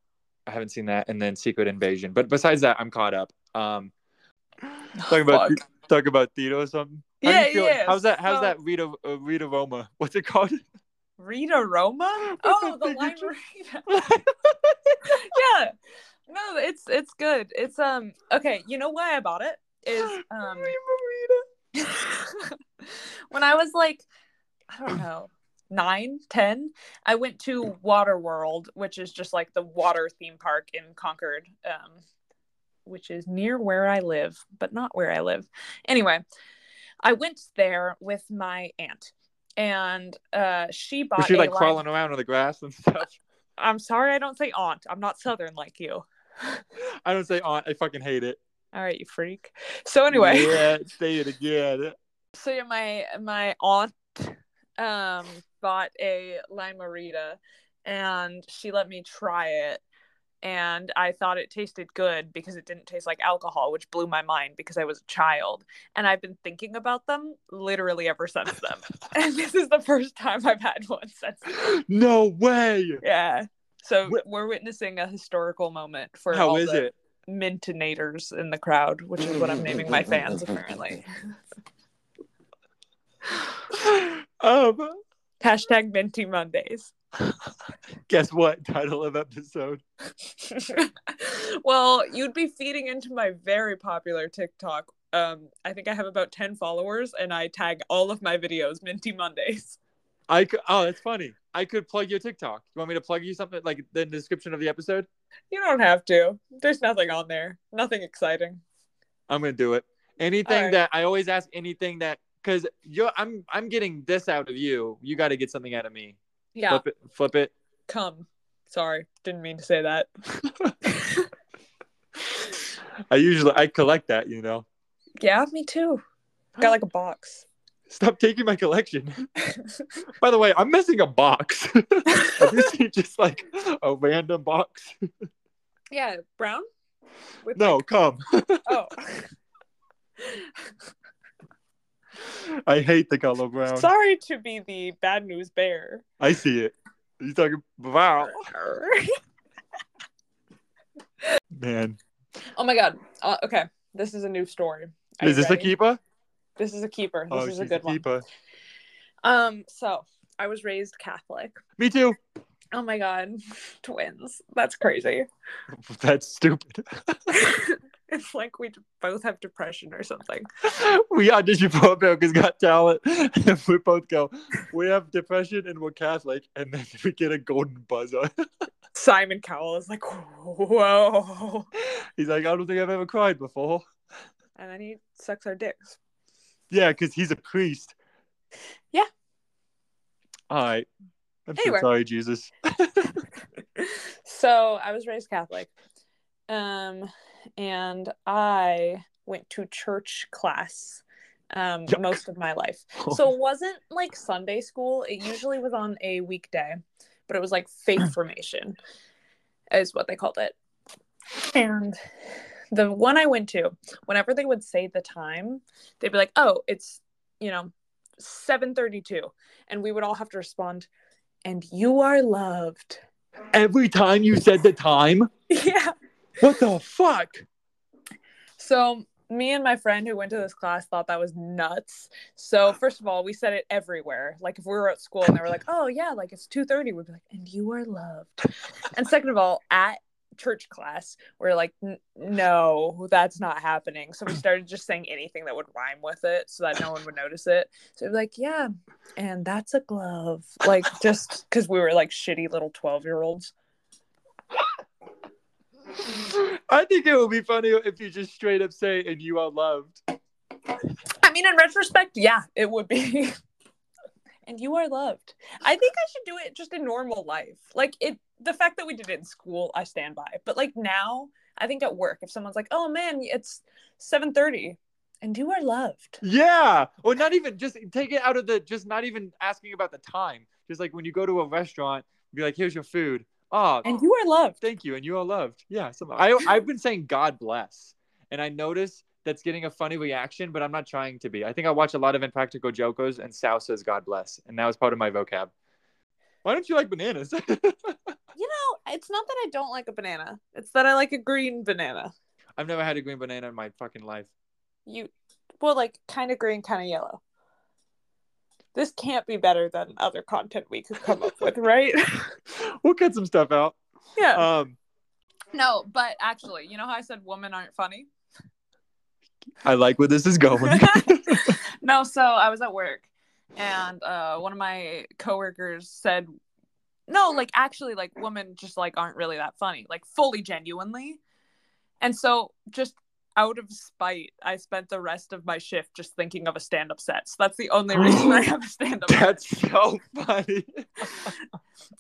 A: I haven't seen that. And then Secret Invasion. But besides that, I'm caught up. Um, talking about
B: Fuck.
A: talk about Tito or something? How you
B: yeah,
A: feeling?
B: yeah.
A: How's that? How's
B: so-
A: that Rita uh, Rita Roma? What's it called?
B: Rita Roma? Oh, the
A: Did you-
B: lime yeah. No, it's it's good. It's um okay, you know why I bought it? Is um when I was like, I don't know, nine, ten, I went to Waterworld, which is just like the water theme park in Concord, um, which is near where I live, but not where I live. Anyway, I went there with my aunt, and uh, she bought.
A: Was she
B: a
A: like
B: lime-
A: crawling around on the grass and stuff?
B: I'm sorry, I don't say aunt. I'm not Southern like you.
A: I don't say aunt. I fucking hate it.
B: All right, you freak. So anyway.
A: yeah, say it again.
B: so yeah, my my aunt um bought a limerita and she let me try it and I thought it tasted good because it didn't taste like alcohol, which blew my mind because I was a child. And I've been thinking about them literally ever since then. and this is the first time I've had one since.
A: No way.
B: Yeah. So
A: Wh-
B: we're witnessing a historical moment for
A: How
B: all
A: is
B: the
A: it?
B: Mintonators in the crowd, which is what I'm naming my fans apparently.
A: um,
B: Hashtag Minty Mondays.
A: guess what? Title of episode.
B: well, you'd be feeding into my very popular TikTok. Um, I think I have about 10 followers and I tag all of my videos Minty Mondays.
A: I could, oh, that's funny. I could plug your TikTok. You want me to plug you something like the description of the episode?
B: You don't have to. There's nothing on there. Nothing exciting.
A: I'm gonna do it. Anything
B: Alright.
A: that I always ask, anything that because you're I'm I'm getting this out of you. You got to get something out of me.
B: Yeah.
A: Flip it. Flip it.
B: Come. Sorry. Didn't mean to say that.
A: I usually I collect that, you know.
B: Yeah, me too. Got like a box.
A: Stop taking my collection. By the way, I'm missing a box. Have you seen just like a random box?
B: yeah, brown? With
A: No, come.
B: like- oh.
A: I hate the color brown.
B: Sorry to be the bad news bear.
A: I see it. You talking wow, man?
B: Oh my god. Uh, okay, this is a new story. Are
A: Is
B: you
A: this a
B: ready?
A: keeper? Oh,
B: This is a keeper. This is a
A: she's
B: good one.
A: keeper.
B: Um, so I was raised Catholic.
A: Me too.
B: Oh my god, twins. That's crazy.
A: That's stupid.
B: it's like we both have depression or something.
A: we audition for America's Got Talent, and we both go. We have depression, and we're Catholic, and then we get a golden buzzer.
B: Simon Cowell is like, whoa.
A: He's like, I don't think I've ever cried before.
B: And then he sucks our dicks.
A: Yeah, because he's a priest.
B: Yeah.
A: All right. I'm
B: Anyway.
A: so sorry, Jesus.
B: so I was raised Catholic. Um, and I went to church class um,
A: Yuck.
B: most of my life. so it wasn't like Sunday school. It usually was on a weekday, but it was like faith formation, is what they called it. And the one I went to, whenever they would say the time, they'd be like, "Oh, it's you know, seven thirty-two," and we would all have to respond, "And you are loved."
A: every time you said the time,
B: yeah.
A: what the fuck?
B: So me and my friend who went to this class thought that was nuts. So first of all, we said it everywhere. Like if we were at school and they were like, "Oh yeah, like it's 2:30," we'd be like, "And you are loved." and second of all, at church class, we're like, "N- "No, that's not happening." So we started just saying anything that would rhyme with it so that no one would notice it. So we'd be like, "Yeah, and that's a glove." Like just cuz we were like shitty little 12-year-olds.
A: I think it would be funny if you just straight up say, and you are loved.
B: I mean, in retrospect, yeah, it would be. and you are loved. I think I should do it just in normal life. Like it, the fact that we did it in school, I stand by. But like now, I think at work, if someone's like, "Oh man, it's 7.30 and you are loved,"
A: Yeah. Or not even just take it out of the, just not even asking about the time. Just like when you go to a restaurant, be like, here's your food. Oh,
B: and you are loved.
A: thank you. And you are loved. Yeah. Some, I, I've been saying God bless. And I notice that's getting a funny reaction, but I'm not trying to be. I think I watch a lot of Impractical Jokers and Sal says God bless. And that was part of my vocab. Why don't you like bananas?
B: You know, it's not that I don't like a banana; it's that I like a green banana.
A: I've never had a green banana in my fucking life.
B: You well, like kind of green, kind of yellow. This can't be better than other content we could come up with, right?
A: we'll cut some stuff out.
B: yeah.
A: Um,
B: no, but actually, you know how I said women aren't funny?
A: I like where this is going.
B: no, so I was at work and uh, one of my coworkers said, no, like actually, like women just like aren't really that funny, like fully genuinely. And so, just out of spite, I spent the rest of my shift just thinking of a stand up set. So that's the only reason I have a stand up.
A: That's so funny.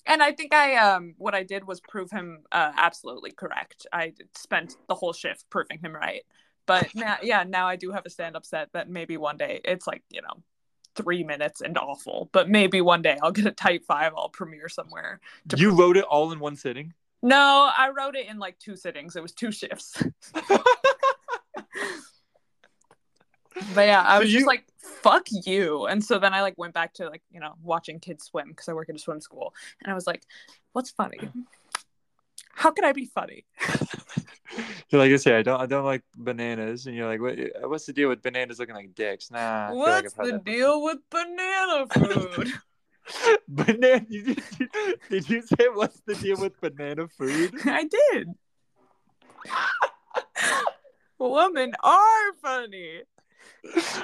B: and I think I um what I did was prove him uh, absolutely correct. I spent the whole shift proving him right. But now, yeah, now I do have a stand up set that maybe one day it's like you know three minutes and awful, but maybe one day I'll get a type five. I'll premiere somewhere.
A: You wrote it all in one sitting.
B: No, I wrote it in like two sittings. It was two shifts. but yeah, I
A: So
B: was
A: you-
B: just like, fuck you. And so then I like went back to like, you know, watching kids swim because I work at a swim school. And I was like, what's funny? How could I be funny?
A: You're like, I say, I don't, I don't like bananas, and you're like, what, what's the deal with bananas looking like dicks? Nah. I feel like
B: what's
A: I've had
B: the
A: that
B: deal with banana food?
A: banana you, did- did you say what's the deal with banana food
B: I did. Women are funny.
A: i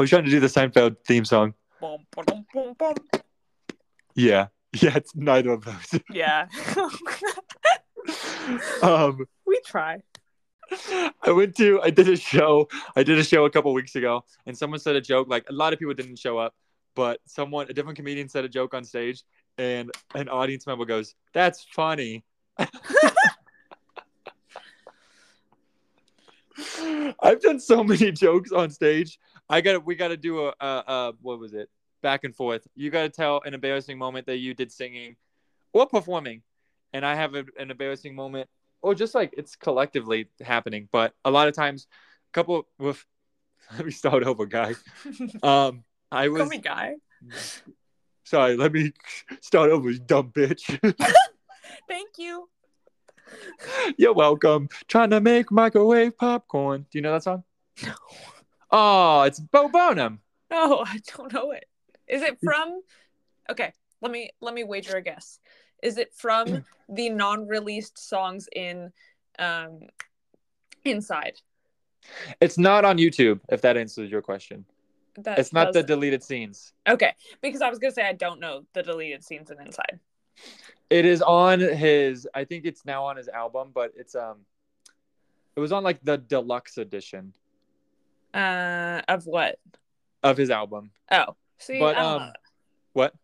A: was trying to do the seinfeld theme song
B: Bum, ba-dum, bum, bum.
A: yeah yeah it's neither of those
B: Yeah.
A: um
B: we try.
A: i went to i did a show i did a show a couple weeks ago and someone said a joke like a lot of people didn't show up but someone a different comedian said a joke on stage and an audience member goes that's funny I've done so many jokes on stage. I got we got to do a, a, a what was it? Back and forth. You got to tell an embarrassing moment that you did singing or performing, and I have a, an embarrassing moment or just like it's collectively happening. But a lot of times, a couple. Woof, let me start over, guys. Um, I was
B: Call me guy.
A: sorry. Let me start over, you dumb bitch.
B: Thank you.
A: You're welcome. Trying to make microwave popcorn. Do you know that song?
B: No.
A: Oh, it's Bo Burnham.
B: No, Oh, I don't know it. Is it from? Okay, let me let me wager a guess. Is it
A: Hmm.
B: from the non-released songs in um Inside?
A: It's not on YouTube, if that answers your question.
B: That
A: It's not the
B: does-
A: deleted scenes.
B: okay because I was gonna say I don't know the deleted scenes in Inside.
A: It is on his I think it's now on his album, but it's um it was on like the deluxe edition
B: Uh, of what?
A: of his album.
B: Oh, see,
A: But
B: I, don't
A: um
B: know.
A: what?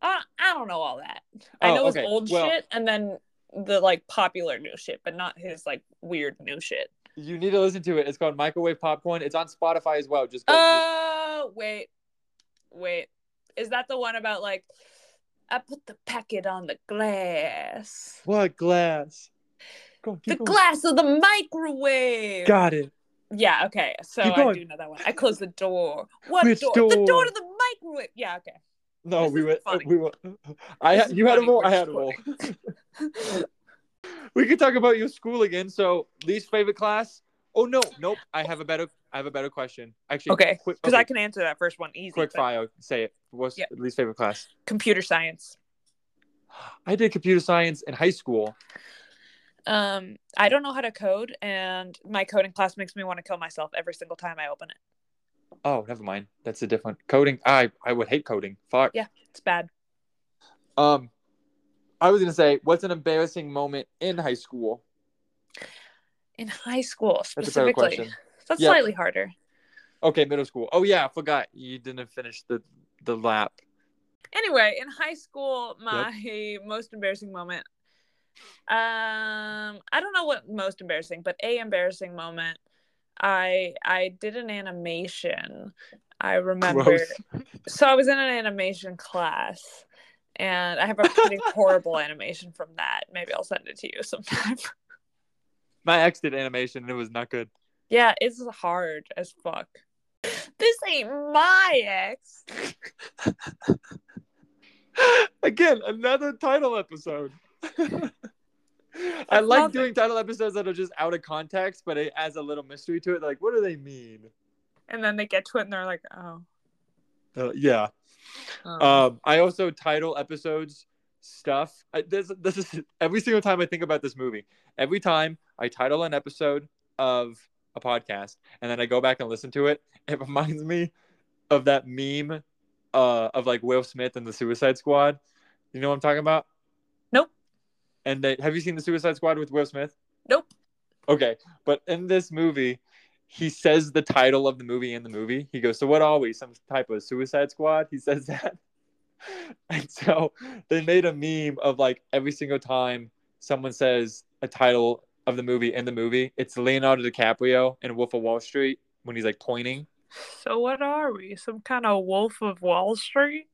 B: I, don't- I don't know all that. I
A: Oh,
B: know
A: okay,
B: his old
A: well-
B: shit and then the like popular new shit, but not his like weird new shit.
A: You need to listen to it. It's called Microwave Popcorn. It's on Spotify as well. Just go
B: Oh, wait. Wait. Is that the one about like I put the packet on the glass?
A: what glass? Go, keep
B: The
A: going.
B: glass of the microwave.
A: Got it.
B: Yeah, okay. So
A: Keep
B: I
A: going.
B: do know that one. I closed the door. What
A: Which
B: door? The
A: door?
B: door to the microwave. Yeah, okay.
A: No,
B: This
A: we
B: is
A: were
B: funny.
A: we were I
B: This
A: had
B: is
A: you had a
B: funny.
A: roll,
B: We're
A: I had a roll.
B: recording.
A: we could talk about your school again. So least favorite class. Oh no, nope. I have a better. I have a better question. Actually,
B: Okay,
A: quick,
B: Because
A: okay,
B: I can answer that first one easy.
A: quick
B: but
A: fire. Say it. What's
B: Yeah.
A: least favorite class?
B: Computer science.
A: I did computer science in high school.
B: Um, I don't know how to code, and my coding class makes me want to kill myself every single time I open it.
A: Oh, never mind. That's a different coding. I I would hate coding. Fuck.
B: Yeah. It's bad.
A: Um, I was gonna say, what's an embarrassing moment in high school?
B: In high school,
A: That's a better
B: specifically.
A: question.
B: That's
A: Yeah.
B: slightly harder.
A: Okay, middle school. Oh yeah, I forgot you didn't finish the the lap.
B: Anyway, in high school, my most embarrassing moment. Um, I don't know what most embarrassing, but a embarrassing moment. I I did an animation. I remember.
A: Gross.
B: So I was in an animation class, and I have a pretty horrible animation from that. Maybe I'll send it to you sometime.
A: My ex did animation and it was not good.
B: yeah, it's hard as fuck. This ain't my ex.
A: Again, another title episode. I like
B: Love it.
A: doing title episodes that are just out of context, but it adds a little mystery to it. Like, what do they mean?
B: and then they get to it and they're like, oh.
A: Uh, yeah.
B: oh.
A: Um, I also title episodes stuff. I, this, this is every single time I think about this movie. Every time I title an episode of a podcast, and then I go back and listen to it, it reminds me of that meme uh, of like Will Smith and the Suicide Squad. You know what I'm talking about?
B: Nope.
A: And they, have you seen the Suicide Squad with Will Smith?
B: Nope.
A: Okay, but in this movie, he says the title of the movie in the movie. He goes, "So what are we? Some type of Suicide Squad?" He says that, and so they made a meme of like every single time someone says a title of the movie in the movie, it's Leonardo DiCaprio in Wolf of Wall Street when he's like pointing.
B: So what are we? Some kind of Wolf of Wall Street?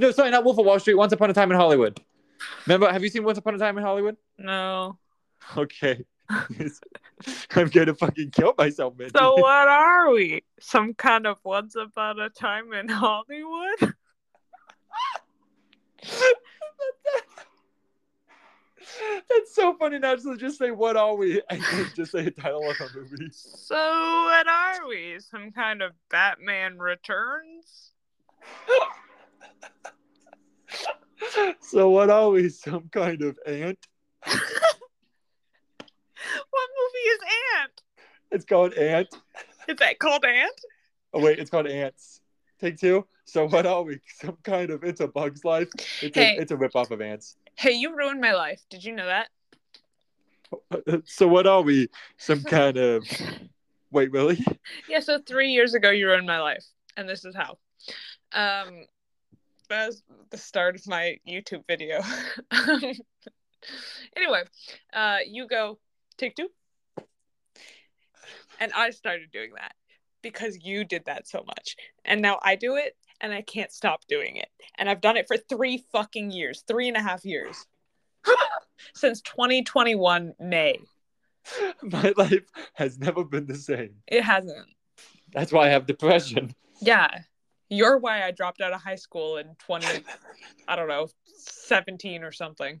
A: No, sorry, not Wolf of Wall Street. Once Upon a Time in Hollywood. Remember? Have you seen Once Upon a Time in Hollywood?
B: No.
A: Okay. I'm gonna fucking kill myself, man.
B: So what are we? Some kind of Once Upon a Time in Hollywood?
A: That's so funny now to just say what are we and then just say the title of a movie.
B: So what are we? Some kind of Batman Returns?
A: So what are we? Some kind of ant?
B: What movie is Ant?
A: It's called Ant.
B: Is that called Ant?
A: Oh wait, it's called Ants. Take two. So what are we? Some kind of it's a bug's life. It's
B: Hey.
A: a it's a rip off of ants.
B: Hey, you ruined my life. Did you know that?
A: So what are we? Some kind of wait, really?
B: Yeah, so three years ago you ruined my life. And this is how. Um that was the start of my YouTube video. anyway, uh you go take two. And I started doing that because you did that so much. And now I do it and I can't stop doing it. And I've done it for three fucking years, three and a half years. Since 2021 May.
A: My life has never been the same.
B: It hasn't.
A: That's why I have depression.
B: Yeah. You're why I dropped out of high school in 20, I don't know, 17 or something.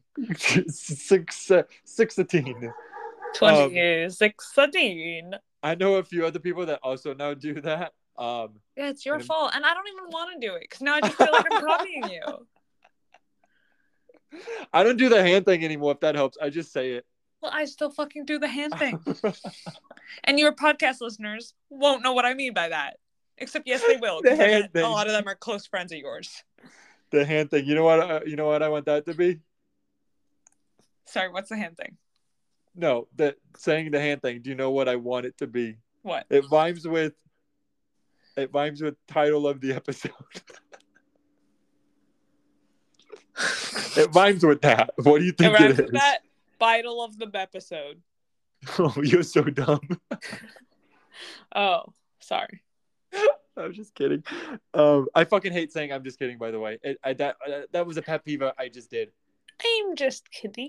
A: six uh, sixteen. Um,
B: 2016.
A: I know a few other people that also now do that. Um,
B: yeah, it's your
A: and-
B: fault. And I don't even want to do it because now I just feel like I'm copying you.
A: I don't do the hand thing anymore. If that helps, I just say it.
B: Well, I still fucking do the hand thing. and your podcast listeners won't know what I mean by that. Except, yes, they will.
A: The
B: 'cause I
A: hand
B: bet
A: thing.
B: a lot of them are close friends of yours.
A: The hand thing. You know what? Uh, you know what I want that to be?
B: Sorry, what's the hand thing?
A: No, the saying the hand thing. Do you know what I want it to be?
B: What?
A: It rhymes with. It rhymes with title of the episode. it rhymes with that. What do you think
B: Around
A: it is?
B: that title of the episode.
A: Oh, you're so dumb.
B: Oh, sorry.
A: I'm just kidding. Um, I fucking hate saying I'm just kidding. By the way, it, I, that uh, that was a pet peeve I just did.
B: I'm just kidding.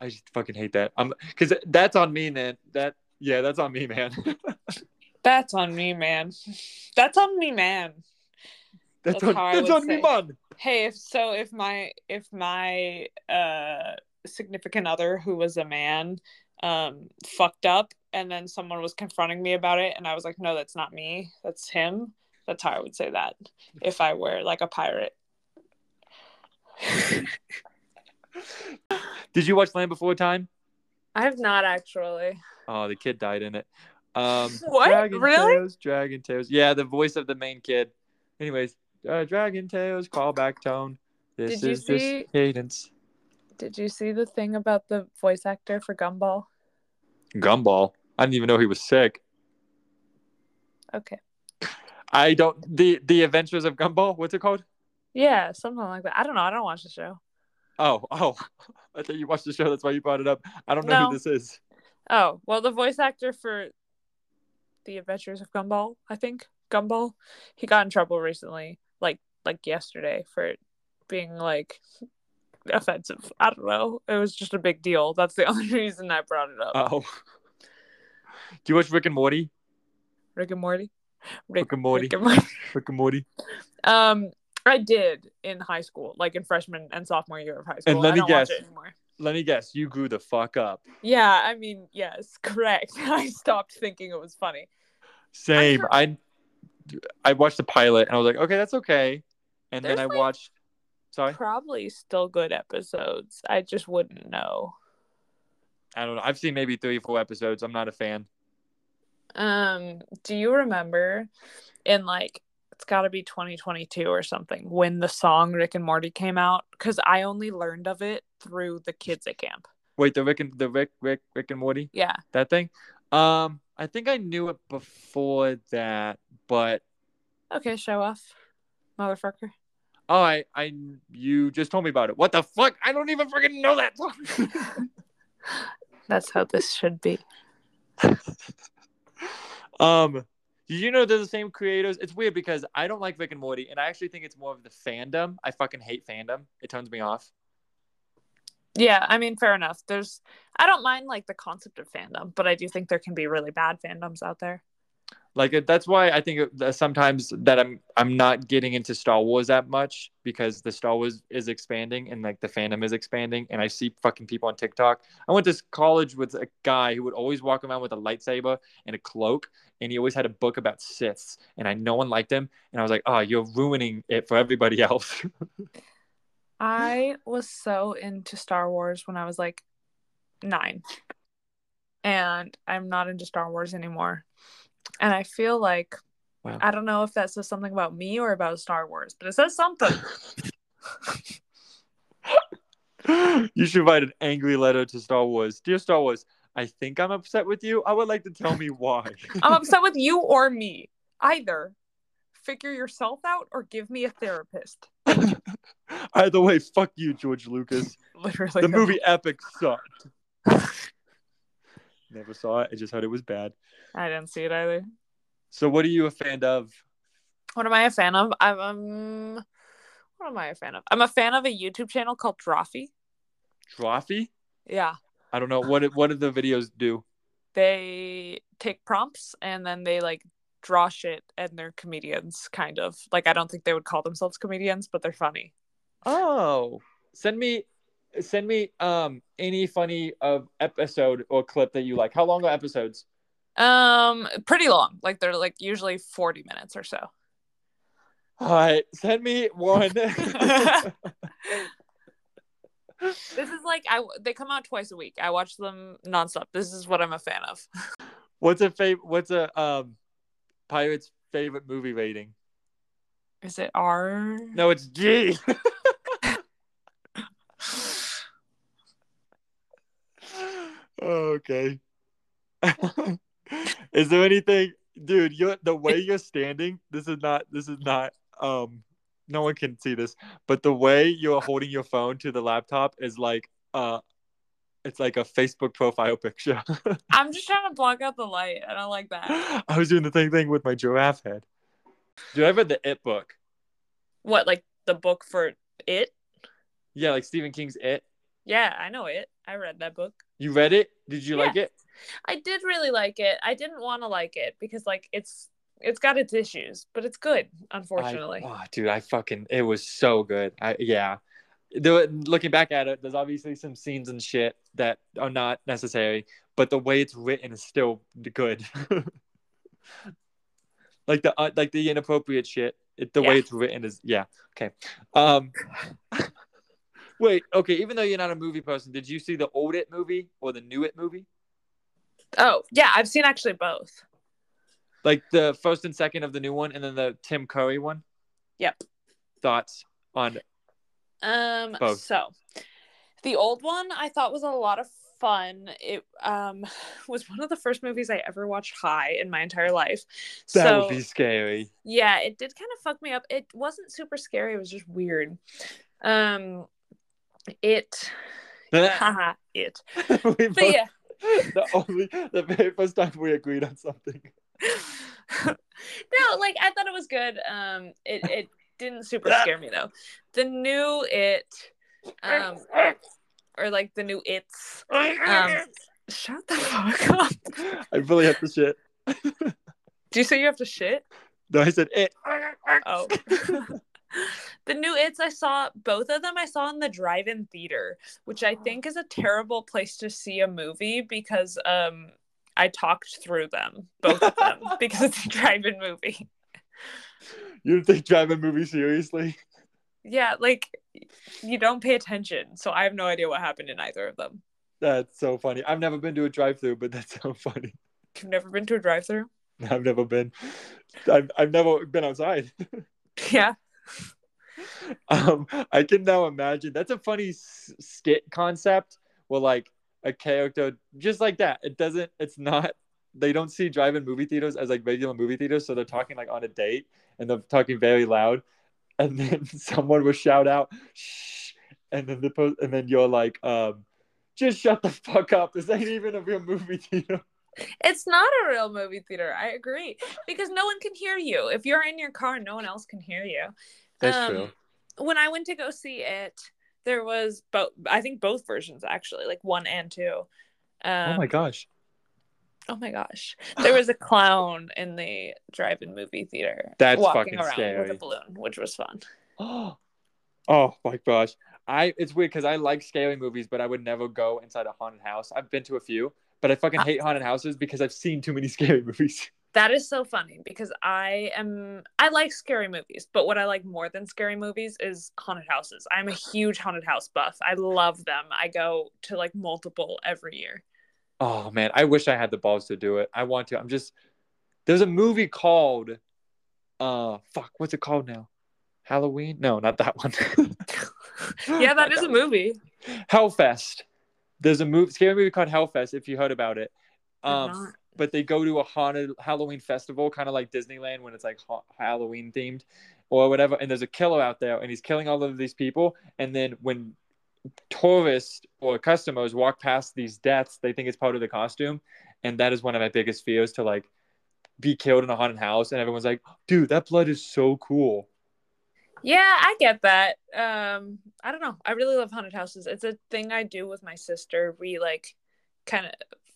A: I just fucking hate that. I'm because that's on me, man. That yeah, that's on me, man.
B: That's on me, man. That's on me, man.
A: that's
B: That's
A: on,
B: how I
A: that's
B: would
A: on me,
B: say.
A: man.
B: Hey, if so if my if my uh significant other who was a man um fucked up and then someone was confronting me about it and I was like, "No, that's not me. That's him." That's how I would say that if I were like a pirate.
A: Did you watch Land Before Time?
B: I have not actually.
A: Oh, the kid died in it. Um,
B: What? Really?
A: Tales, Dragon Tales. Yeah, the voice of the main kid. Anyways, uh, Dragon Tales callback tone. This
B: Did you
A: is this
B: see-
A: cadence.
B: Did you see the thing about the voice actor for Gumball?
A: Gumball. I didn't even know he was sick.
B: Okay.
A: I don't. The The Adventures of Gumball. What's it called?
B: Yeah, something like that. I don't know. I don't watch the show.
A: Oh, oh. I thought you watched the show. That's why you brought it up. I don't know
B: No.
A: who this is.
B: Oh, well, the voice actor for The Adventures of Gumball, I think. Gumball. He got in trouble recently, like like yesterday for being like offensive. I don't know. It was just a big deal. That's the only reason I brought it up.
A: Oh. Do you watch Rick and Morty?
B: Rick and Morty.
A: Rick and Morty.
B: Rick and Morty.
A: Rick and Morty.
B: Um I did in high school, like in freshman and sophomore year of high school. I
A: let me
B: don't
A: guess.
B: watch it anymore.
A: let me guess, you grew the fuck up.
B: Yeah, I mean, yes, correct. I stopped thinking it was funny.
A: Same.
B: sure-
A: I I watched the pilot and I was like, okay, that's okay. And then I
B: There's, like-
A: watched. Sorry,
B: Probably still good episodes. I just wouldn't know.
A: I don't know. I've seen maybe three, four episodes. I'm not a fan.
B: Um, do you remember in like it's got to be 2022 or something when the song Rick and Morty came out? Because I only learned of it through the kids at camp.
A: Wait, the Rick and the Rick, Rick, Rick and Morty,
B: Yeah,
A: that thing. Um, I think I knew it before that, but
B: okay, show off, motherfucker.
A: oh, I, I, you just told me about it. What the fuck? I don't even freaking know that.
B: That's how this should be.
A: um, did you know they're the same creators? It's weird because I don't like Rick and Morty, and I actually think it's more of the fandom. I fucking hate fandom. It turns me off.
B: Yeah, I mean, fair enough. There's, I don't mind like the concept of fandom, but I do think there can be really bad fandoms out there.
A: like it- that's why i think it- that sometimes that i'm i'm not getting into star wars that much because the star wars is expanding and like the fandom is expanding and i see fucking people on tiktok i went to s- college with a guy who would always walk around with a lightsaber and a cloak and he always had a book about siths and i no one liked him and i was like oh you're ruining it for everybody else Mm-hmm.
B: I was so into Star Wars when I was like nine. And I'm not into Star Wars anymore. And I feel like
A: Wow.
B: I don't know if that says something about me or about Star Wars, but it says something.
A: you should write an angry letter to star wars dear star wars i think i'm upset with you i would like to tell me why
B: I'm upset with you or me. Either figure yourself out or give me a therapist.
A: Either way, fuck you, George Lucas.
B: Literally.
A: The movie Epic sucked. Never saw it. I just heard it was bad.
B: I didn't see it either.
A: So, what are you a fan of?
B: What am I a fan of? I'm um, what am I a fan of? I'm a fan of a YouTube channel called Drawfee.
A: Trophy?
B: Yeah.
A: I don't know. What did- What did the videos do?
B: they take prompts and then they like draw shit and they're comedians kind of like i don't think they would call themselves comedians but they're funny
A: Oh, send me, send me um any funny of episode or clip that you like. How long are episodes?
B: um pretty long like they're like usually 40 minutes or so
A: All right, send me one.
B: this is like i they come out twice a week i watch them nonstop this is what i'm a fan of
A: what's a favorite? What's a um pirate's favorite movie rating?
B: is it r
A: No, it's G. okay. is there anything, dude? You the way you're standing. This is not. This is not. Um, no one can see this, but the way you're holding your phone to the laptop is like uh, it's like a Facebook profile picture.
B: i'm just trying to block out the light i don't like that
A: I was doing the same thing with my giraffe head. Dude, I read the It book.
B: what like the book for it
A: Yeah, like Stephen King's It.
B: yeah i know it i read that book
A: You read it? Did you like it?
B: I did really like it. I didn't want to like it because like it's it's got its issues, but it's good, unfortunately.
A: I, oh, dude, I fucking it was so good. I yeah. Though looking back at it, there's obviously some scenes and shit that are not necessary, but the way it's written is still good. like the uh, like the inappropriate shit. It, the way
B: Yeah.
A: it's written is yeah. Okay. Um Wait, okay, even though you're not a movie person, did you see the old it movie or the new it movie?
B: oh, yeah, I've seen actually both.
A: Like the first and second of the new one and then the Tim Curry one?
B: Yep.
A: Thoughts on
B: Um
A: Both.
B: so the old one I thought was a lot of fun. It um was one of the first movies I ever watched high in my entire life.
A: that
B: so
A: would be scary.
B: yeah, it did kind of fuck me up. It wasn't super scary, it was just weird. Um it haha it.
A: we Eh. both,
B: But yeah,
A: the only the very first time we agreed on something.
B: no, like I thought it was good. Um, it it didn't super scare me though. The new it, um, or like the new it's. Um, shut the fuck up.
A: I really have to shit.
B: Do you say you have to shit?
A: "Eh." No, I said it.
B: Oh, the new It's I saw both of them I saw in the drive-in theater, which I think is a terrible place to see a movie because um I talked through them, both of them, because it's a drive-in movie.
A: You take driving movie seriously?
B: Yeah, like you don't pay attention, so I have no idea what happened in either of them.
A: That's so funny. I've never been to a drive-through, but that's so funny.
B: You've never been to a drive-through?
A: I've never been. I've, I've never been outside.
B: Yeah.
A: Um, I can now imagine that's a funny s- skit concept. Where like a character just like that. It doesn't. It's not. They don't see drive-in movie theaters as like regular movie theaters, so they're talking like on a date and they're talking very loud, and then someone will shout out, "Shh!" and then the po- and then you're like, um, "Just shut the fuck up! This ain't even a real movie theater."
B: It's not a real movie theater. I agree. Because no one can hear you. If you're in your car, no one else can hear you. Um, When I went to go see it, there was both I think both versions actually, like one and two. Um,
A: oh my gosh.
B: Oh my gosh. There was a clown in the drive-in movie theater.
A: That's
B: walking
A: fucking
B: around with
A: scary.
B: a balloon, which was fun.
A: oh my gosh i it's weird because i like scary movies but i would never go inside a haunted house i've been to a few but i fucking hate haunted houses because i've seen too many scary movies
B: That is so funny because I am I like scary movies, but what I like more than scary movies is haunted houses. I'm a huge haunted house buff. I love them. I go to like multiple every year.
A: oh man i wish i had the balls to do it i want to i'm just there's a movie called uh fuck what's it called now halloween no not that one
B: Yeah, that is a movie.
A: hellfest there's a movie scary movie called hellfest if you heard about it
B: I've
A: um
B: not.
A: but they go to a haunted Halloween festival, kind of like Disneyland when it's like ha- Halloween themed or whatever. And there's a killer out there and he's killing all of these people. And then when tourists or customers walk past these deaths, they think it's part of the costume. And that is one of my biggest fears to like be killed in a haunted house. And everyone's like, dude, that blood is so cool.
B: Yeah, I get that. Um, I don't know. I really love haunted houses. It's a thing I do with my sister. We like kind of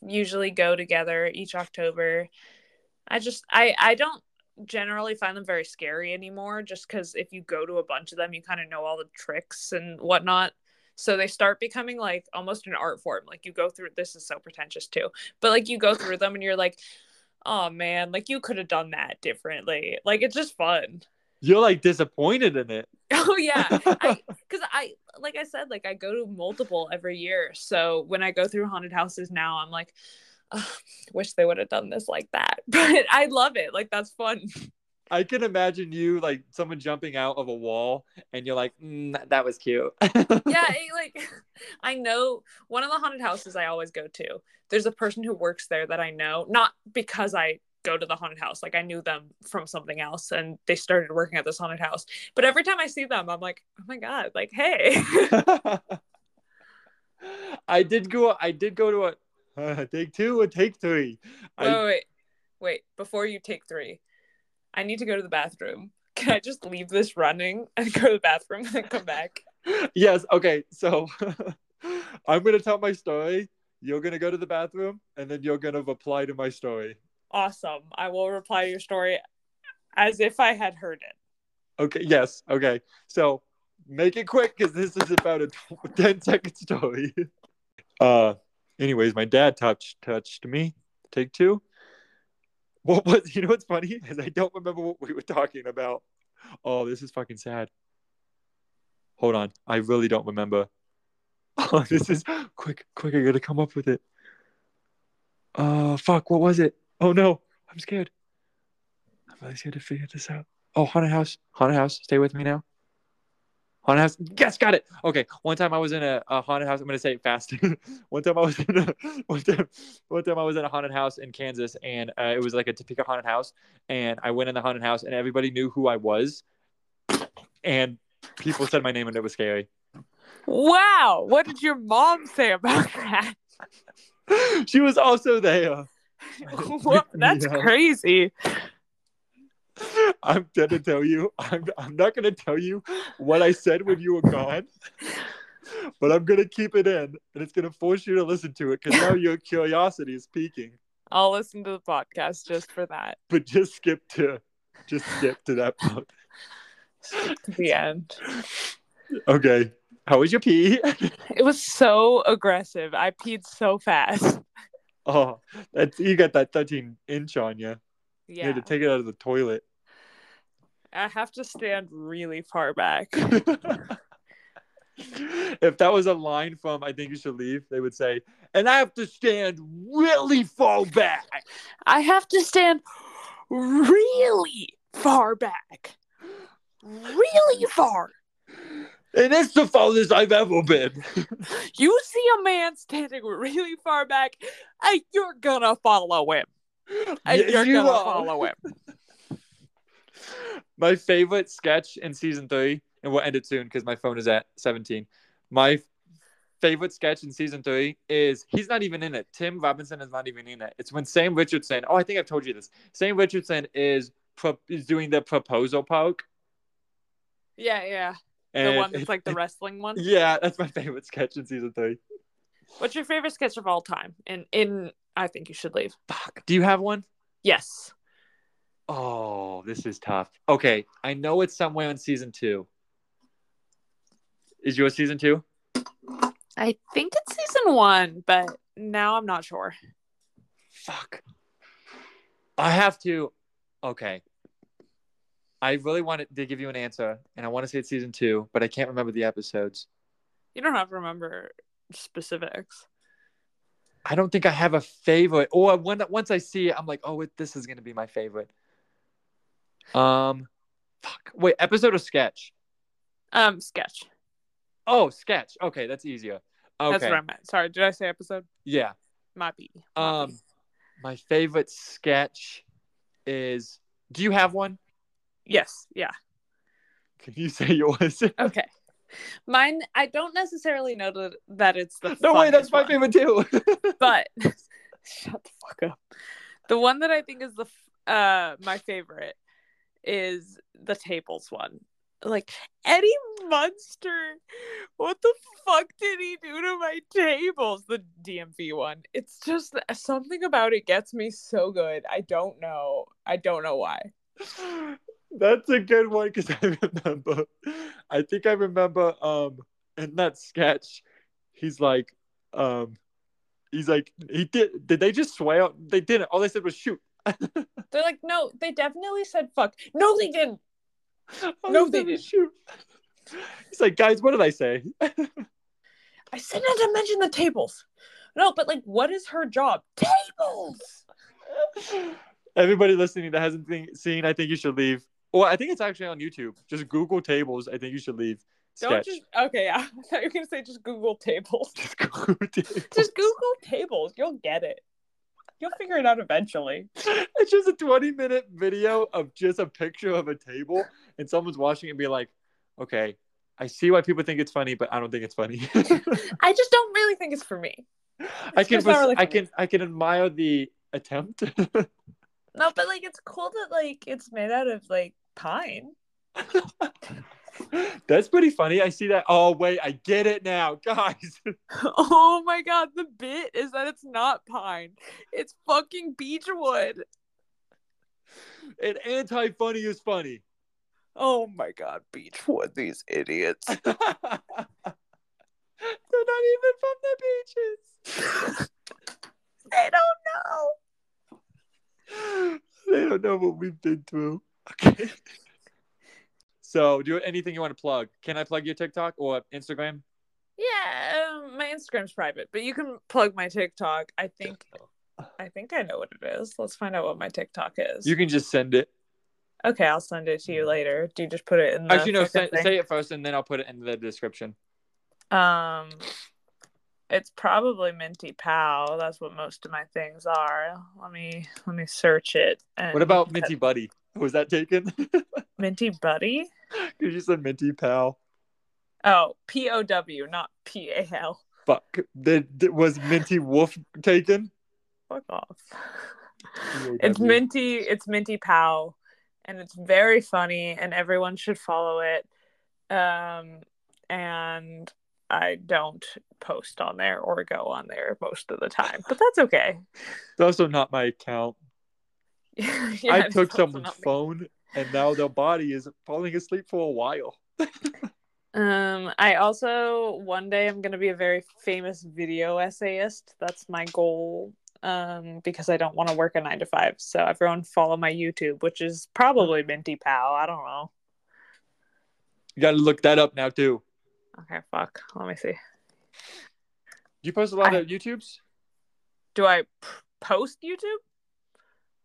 B: usually go together each October. I just I I don't generally find them very scary anymore just cuz if you go to a bunch of them, you kind of know all the tricks and whatnot. So they start becoming like almost an art form. Like you go through this is so pretentious too. But like you go through them and you're like, "Oh man, like you could have done that differently." Like it's just fun.
A: You're like disappointed in it.
B: Oh yeah, because I, like I said, like I go to multiple every year. So when I go through haunted houses now, I'm like, "Ugh, wish they would have done this like that. But I love it. Like that's fun.
A: I can imagine you like someone jumping out of a wall and you're like, mm, that- that was cute.
B: Yeah, it, like I know one of the haunted houses I always go to. There's a person who works there that I know, not because I go to the haunted house. Like I knew them from something else, and they started working at this haunted house. But every time I see them, I'm like, oh my god, like hey.
A: I did go. I did go to a take two or take three.
B: Wait,
A: I,
B: wait, wait, wait. Before you take three, I need to go to the bathroom. Can I just leave this running and go to the bathroom and then come back?
A: yes. Okay. So I'm gonna tell my story. You're gonna go to the bathroom, and then you're gonna reply to my story.
B: Awesome. I will reply to your story as if I had heard it.
A: Okay. Yes. Okay. So make it quick because this is about a 10 second story. Uh, anyways, my dad touched touched me. Take two. What was you know what's funny is I don't remember what we were talking about. Oh, this is fucking sad. Hold on, I really don't remember. Oh, this is quick, quick. I gotta come up with it. Uh, fuck. What was it? Oh no, I'm scared. I'm really scared to figure this out. Oh, haunted house, haunted house. Stay with me now. Haunted house. Yes, got it. Okay. One time I was in a, a haunted house. I'm gonna say it fast. one time I was in a one time one time I was in a haunted house in Kansas, and uh, it was like a Topeka haunted house. And I went in the haunted house, and everybody knew who I was, and people said my name, and it was scary.
B: Wow. What did your mom say about that?
A: she was also there.
B: Whoa, that's
A: Yeah.
B: crazy.
A: I'm gonna tell you. I'm, I'm not gonna tell you what I said when you were gone, but I'm gonna keep it in, and it's gonna force you to listen to it because now your curiosity is peaking.
B: I'll listen to the podcast just for that.
A: But just skip to, just skip to that part.
B: the end.
A: Okay. How was your pee?
B: It was so aggressive. I peed so fast.
A: Oh, that's you got that 13 inch on you. You
B: Yeah.
A: had to take it out of the toilet.
B: I have to stand really far back.
A: if that was a line from I think you should leave, they would say, and I have to stand really far back.
B: I have to stand really far back. Really far.
A: And it's the farthest I've ever been.
B: You see a man standing really far back, and you're gonna follow him. And
A: Yes,
B: you're
A: you
B: gonna
A: are.
B: follow him.
A: My favorite sketch in season three, and we'll end it soon because my phone is at 17. My favorite sketch in season three is he's not even in it. Tim Robinson is not even in it. It's when Sam Richardson, oh, I think I've told you this. Sam Richardson is, pro- is doing the proposal poke.
B: Yeah, yeah.
A: and
B: the one that's like the wrestling one.
A: Yeah, that's my favorite sketch in season three.
B: What's your favorite sketch of all time? And in I think you should leave.
A: Fuck. Do you have one?
B: Yes.
A: Oh, this is tough. Okay, I know it's somewhere in season two. Is yours season two?
B: I think it's season one, but now I'm not sure.
A: Fuck. I have to. Okay. I really wanted to give you an answer, and I want to say it's season two, but I can't remember the episodes.
B: You don't have to remember specifics.
A: I don't think I have a favorite. Or when once I see it, I'm like, oh, wait, this is gonna be my favorite. Um, fuck. Wait, episode or sketch?
B: Um, sketch.
A: Oh, sketch. Okay, that's easier. Okay.
B: That's what I meant. Sorry, did I say episode?
A: Yeah.
B: Might be. Might be.
A: Um, my favorite sketch is. Do you have one?
B: Yes. Yeah.
A: Can you say yours?
B: Okay. Mine. I don't necessarily know that, that it's the.
A: no way, that's
B: funniest
A: my
B: one.
A: favorite too.
B: but shut the fuck up. The one that I think is the f- uh my favorite is the tables one. Like Eddie Munster, what the fuck did he do to my tables? The DMV one. It's just something about it gets me so good. I don't know. I don't know why.
A: that's a good one because I remember. I think I remember. Um, in that sketch, he's like, um, he's like, he did. Did they just swear? They didn't. All they said was shoot.
B: They're like, no, they definitely said fuck. No, they didn't.
A: All
B: No,
A: said
B: they
A: was Shoot. He's like, guys, what did I say?
B: I said not to mention the tables. No, but like, what is her job? Tables.
A: Everybody listening that hasn't think, seen, I think you should leave. Well, I think it's actually on YouTube. Just Google tables. I think you should leave.
B: Don't
A: Sketch.
B: just okay. Yeah, I thought you were gonna say just Google tables.
A: Just Google tables.
B: Just Google tables. You'll get it. You'll figure it out eventually.
A: It's just a 20 minute video of just a picture of a table, and someone's watching it and be like, okay, I see why people think it's funny, but I don't think it's funny.
B: I just don't really think it's for me.
A: I can,
B: just not
A: pers-
B: really
A: I
B: funny.
A: can, I can admire the attempt.
B: No, but like it's cool that like it's made out of like pine.
A: That's pretty funny. I see that. Oh wait, I get it now, guys.
B: Oh my god, the bit is that it's not pine. It's fucking beech wood.
A: An anti-funny is funny.
B: Oh my god, beech wood, these idiots.
A: They're not even from the beaches.
B: I don't
A: they don't know what we've been through. Okay. So, do you anything you want to plug? Can I plug your TikTok or Instagram?
B: know. Yeah, um, my Instagram's private, but you can plug my TikTok. I think I think I know what it is. Let's find out what my TikTok is.
A: You can just send it.
B: Okay, I'll send it to you later. Do you just put it in the
A: Actually, no.
B: fucking
A: Say,
B: thing?
A: say it first, and then I'll put it in the description.
B: um it's probably Minty Pow. That's what most of my things are. Let me let me search it. And
A: What about Minty Buddy? Was that taken?
B: Minty Buddy?
A: you said Minty Pal.
B: Oh, P O W, not P A L.
A: Fuck. Did, did- was Minty Wolf taken?
B: Fuck off.
A: POW.
B: It's Minty. It's Minty Pow, and it's very funny, and everyone should follow it. Um, and I don't post on there or go on there most of the time, but that's okay.
A: It's also not my account.
B: Yeah,
A: I
B: it's
A: took
B: also
A: someone's
B: not me.
A: phone and now the body is falling asleep for a while.
B: Um, I also one day I'm gonna be a very famous video essayist. That's my goal. Um, because I don't want to work a nine to five. So everyone follow my YouTube, which is probably Minty Pal. I don't know.
A: You got to look that up now too.
B: Okay, fuck. Let me see.
A: You post a lot
B: I-
A: of YouTubes.
B: Do I p- post YouTube?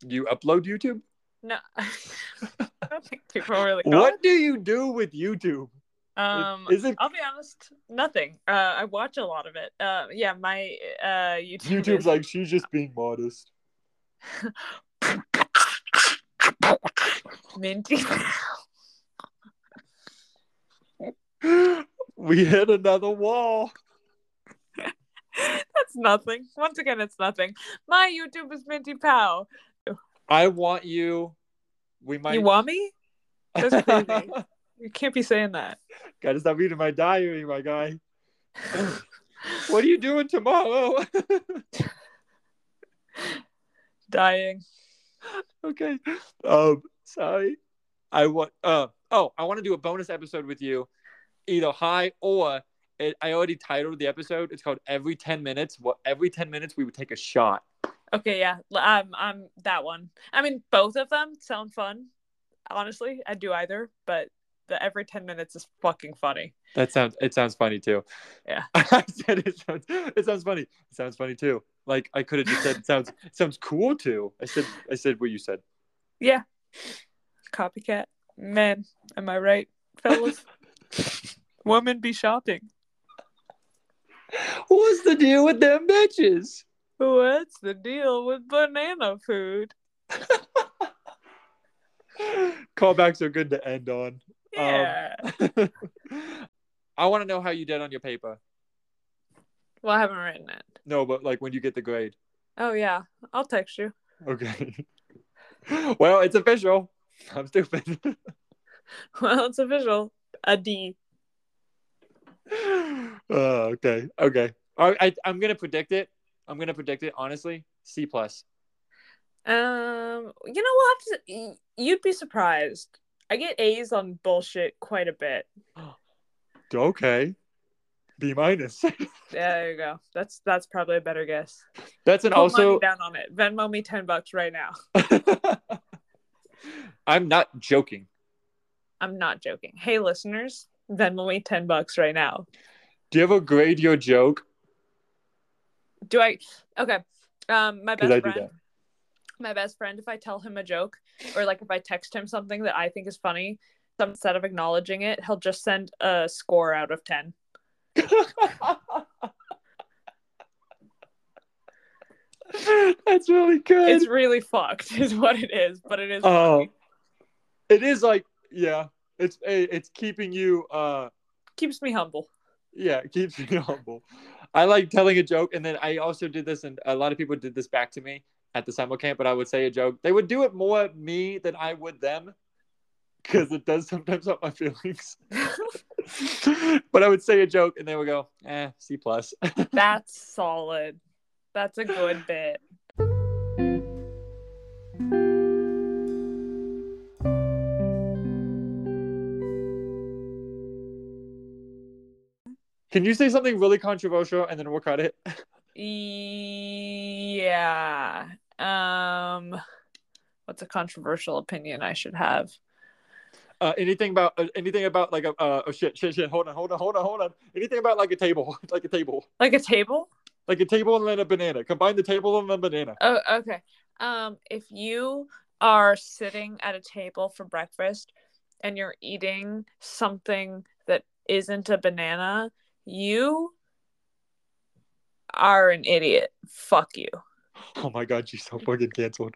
A: You upload YouTube.
B: No. I don't think people really know.
A: What do you do with YouTube?
B: Um
A: is it
B: I'll be honest, nothing. Uh I watch a lot of it. Uh yeah, my uh YouTube
A: YouTube's
B: is-
A: like she's just being modest?
B: Minty
A: we hit another wall.
B: That's nothing. Once again, it's nothing. My YouTube is Minty Pow.
A: I want you. We might.
B: You want me? That's crazy. You can't be saying that.
A: Gotta stop reading my diary, my guy. what are you doing tomorrow?
B: Dying.
A: okay. Um, sorry. I want. Uh, oh, I want to do a bonus episode with you, either high or it, I already titled the episode. It's called "Every Ten Minutes." What every ten minutes we would take a shot.
B: Okay, yeah. l- Um, I'm that one. I mean, both of them sound fun. Honestly, I'd do either, but the every 10 minutes is fucking funny.
A: That sounds. It sounds funny too.
B: Yeah.
A: I said it sounds. It sounds funny. It sounds funny too. Like I could have just said it sounds. It sounds cool too. I said. I said what you said.
B: Copycat. Man, am I right, fellas? Women be shopping.
A: What's the deal with them bitches?
B: What's the deal with banana food?
A: Callbacks are good to end on.
B: Um, Yeah.
A: I want to know how you did on your paper.
B: well, I haven't written it.
A: No, but like when you get the grade.
B: Oh, yeah. I'll text you.
A: Okay. well, it's official. I'm stupid.
B: Well, it's official. A D.
A: oh, okay. Okay. I, I, I'm gonna predict it. I'm gonna predict it. Honestly, C plus.
B: Um, you know what? Y- You'd be surprised. I get A's on bullshit quite a bit.
A: Okay. B minus.
B: Yeah, there you go. That's that's probably a better guess.
A: That's an
B: Put money
A: also.
B: down on it. Venmo me ten bucks right now.
A: I'm not joking.
B: I'm not joking. Hey, listeners, Venmo me ten bucks right now.
A: Do you ever grade your joke?
B: Do I? Okay. Um, my
A: Because
B: best
A: I do
B: friend. My best friend. If I tell him a joke, or like if I text him something that I think is funny, some- instead of acknowledging it, he'll just send a score out of ten.
A: that. That's really good.
B: It's really fucked, is what it is. But it is.
A: Oh, it is like yeah. It's it's keeping you uh
B: keeps me humble.
A: yeah it keeps you humble. I like telling a joke, and then I also did this, and a lot of people did this back to me at the summer camp. But I would say a joke. They would do it more at me than I would them, because it does sometimes hurt my feelings. but I would say a joke, and they would go, "Eh, C plus."
B: That's solid. That's a good bit.
A: Can you say something really controversial, and then we'll cut it?
B: Yeah. Um what's a controversial opinion I should have?
A: Uh, anything about uh, anything about like a uh, oh shit shit shit. Hold on, hold on, hold on, hold on. Anything about like a table, like a table.
B: Like a table?
A: like a table and then a banana. Combine the table and the banana.
B: Oh, okay. Um if you are sitting at a table for breakfast and you're eating something that isn't a banana, you are an idiot. Fuck you.
A: Oh my god, she's so fucking canceled.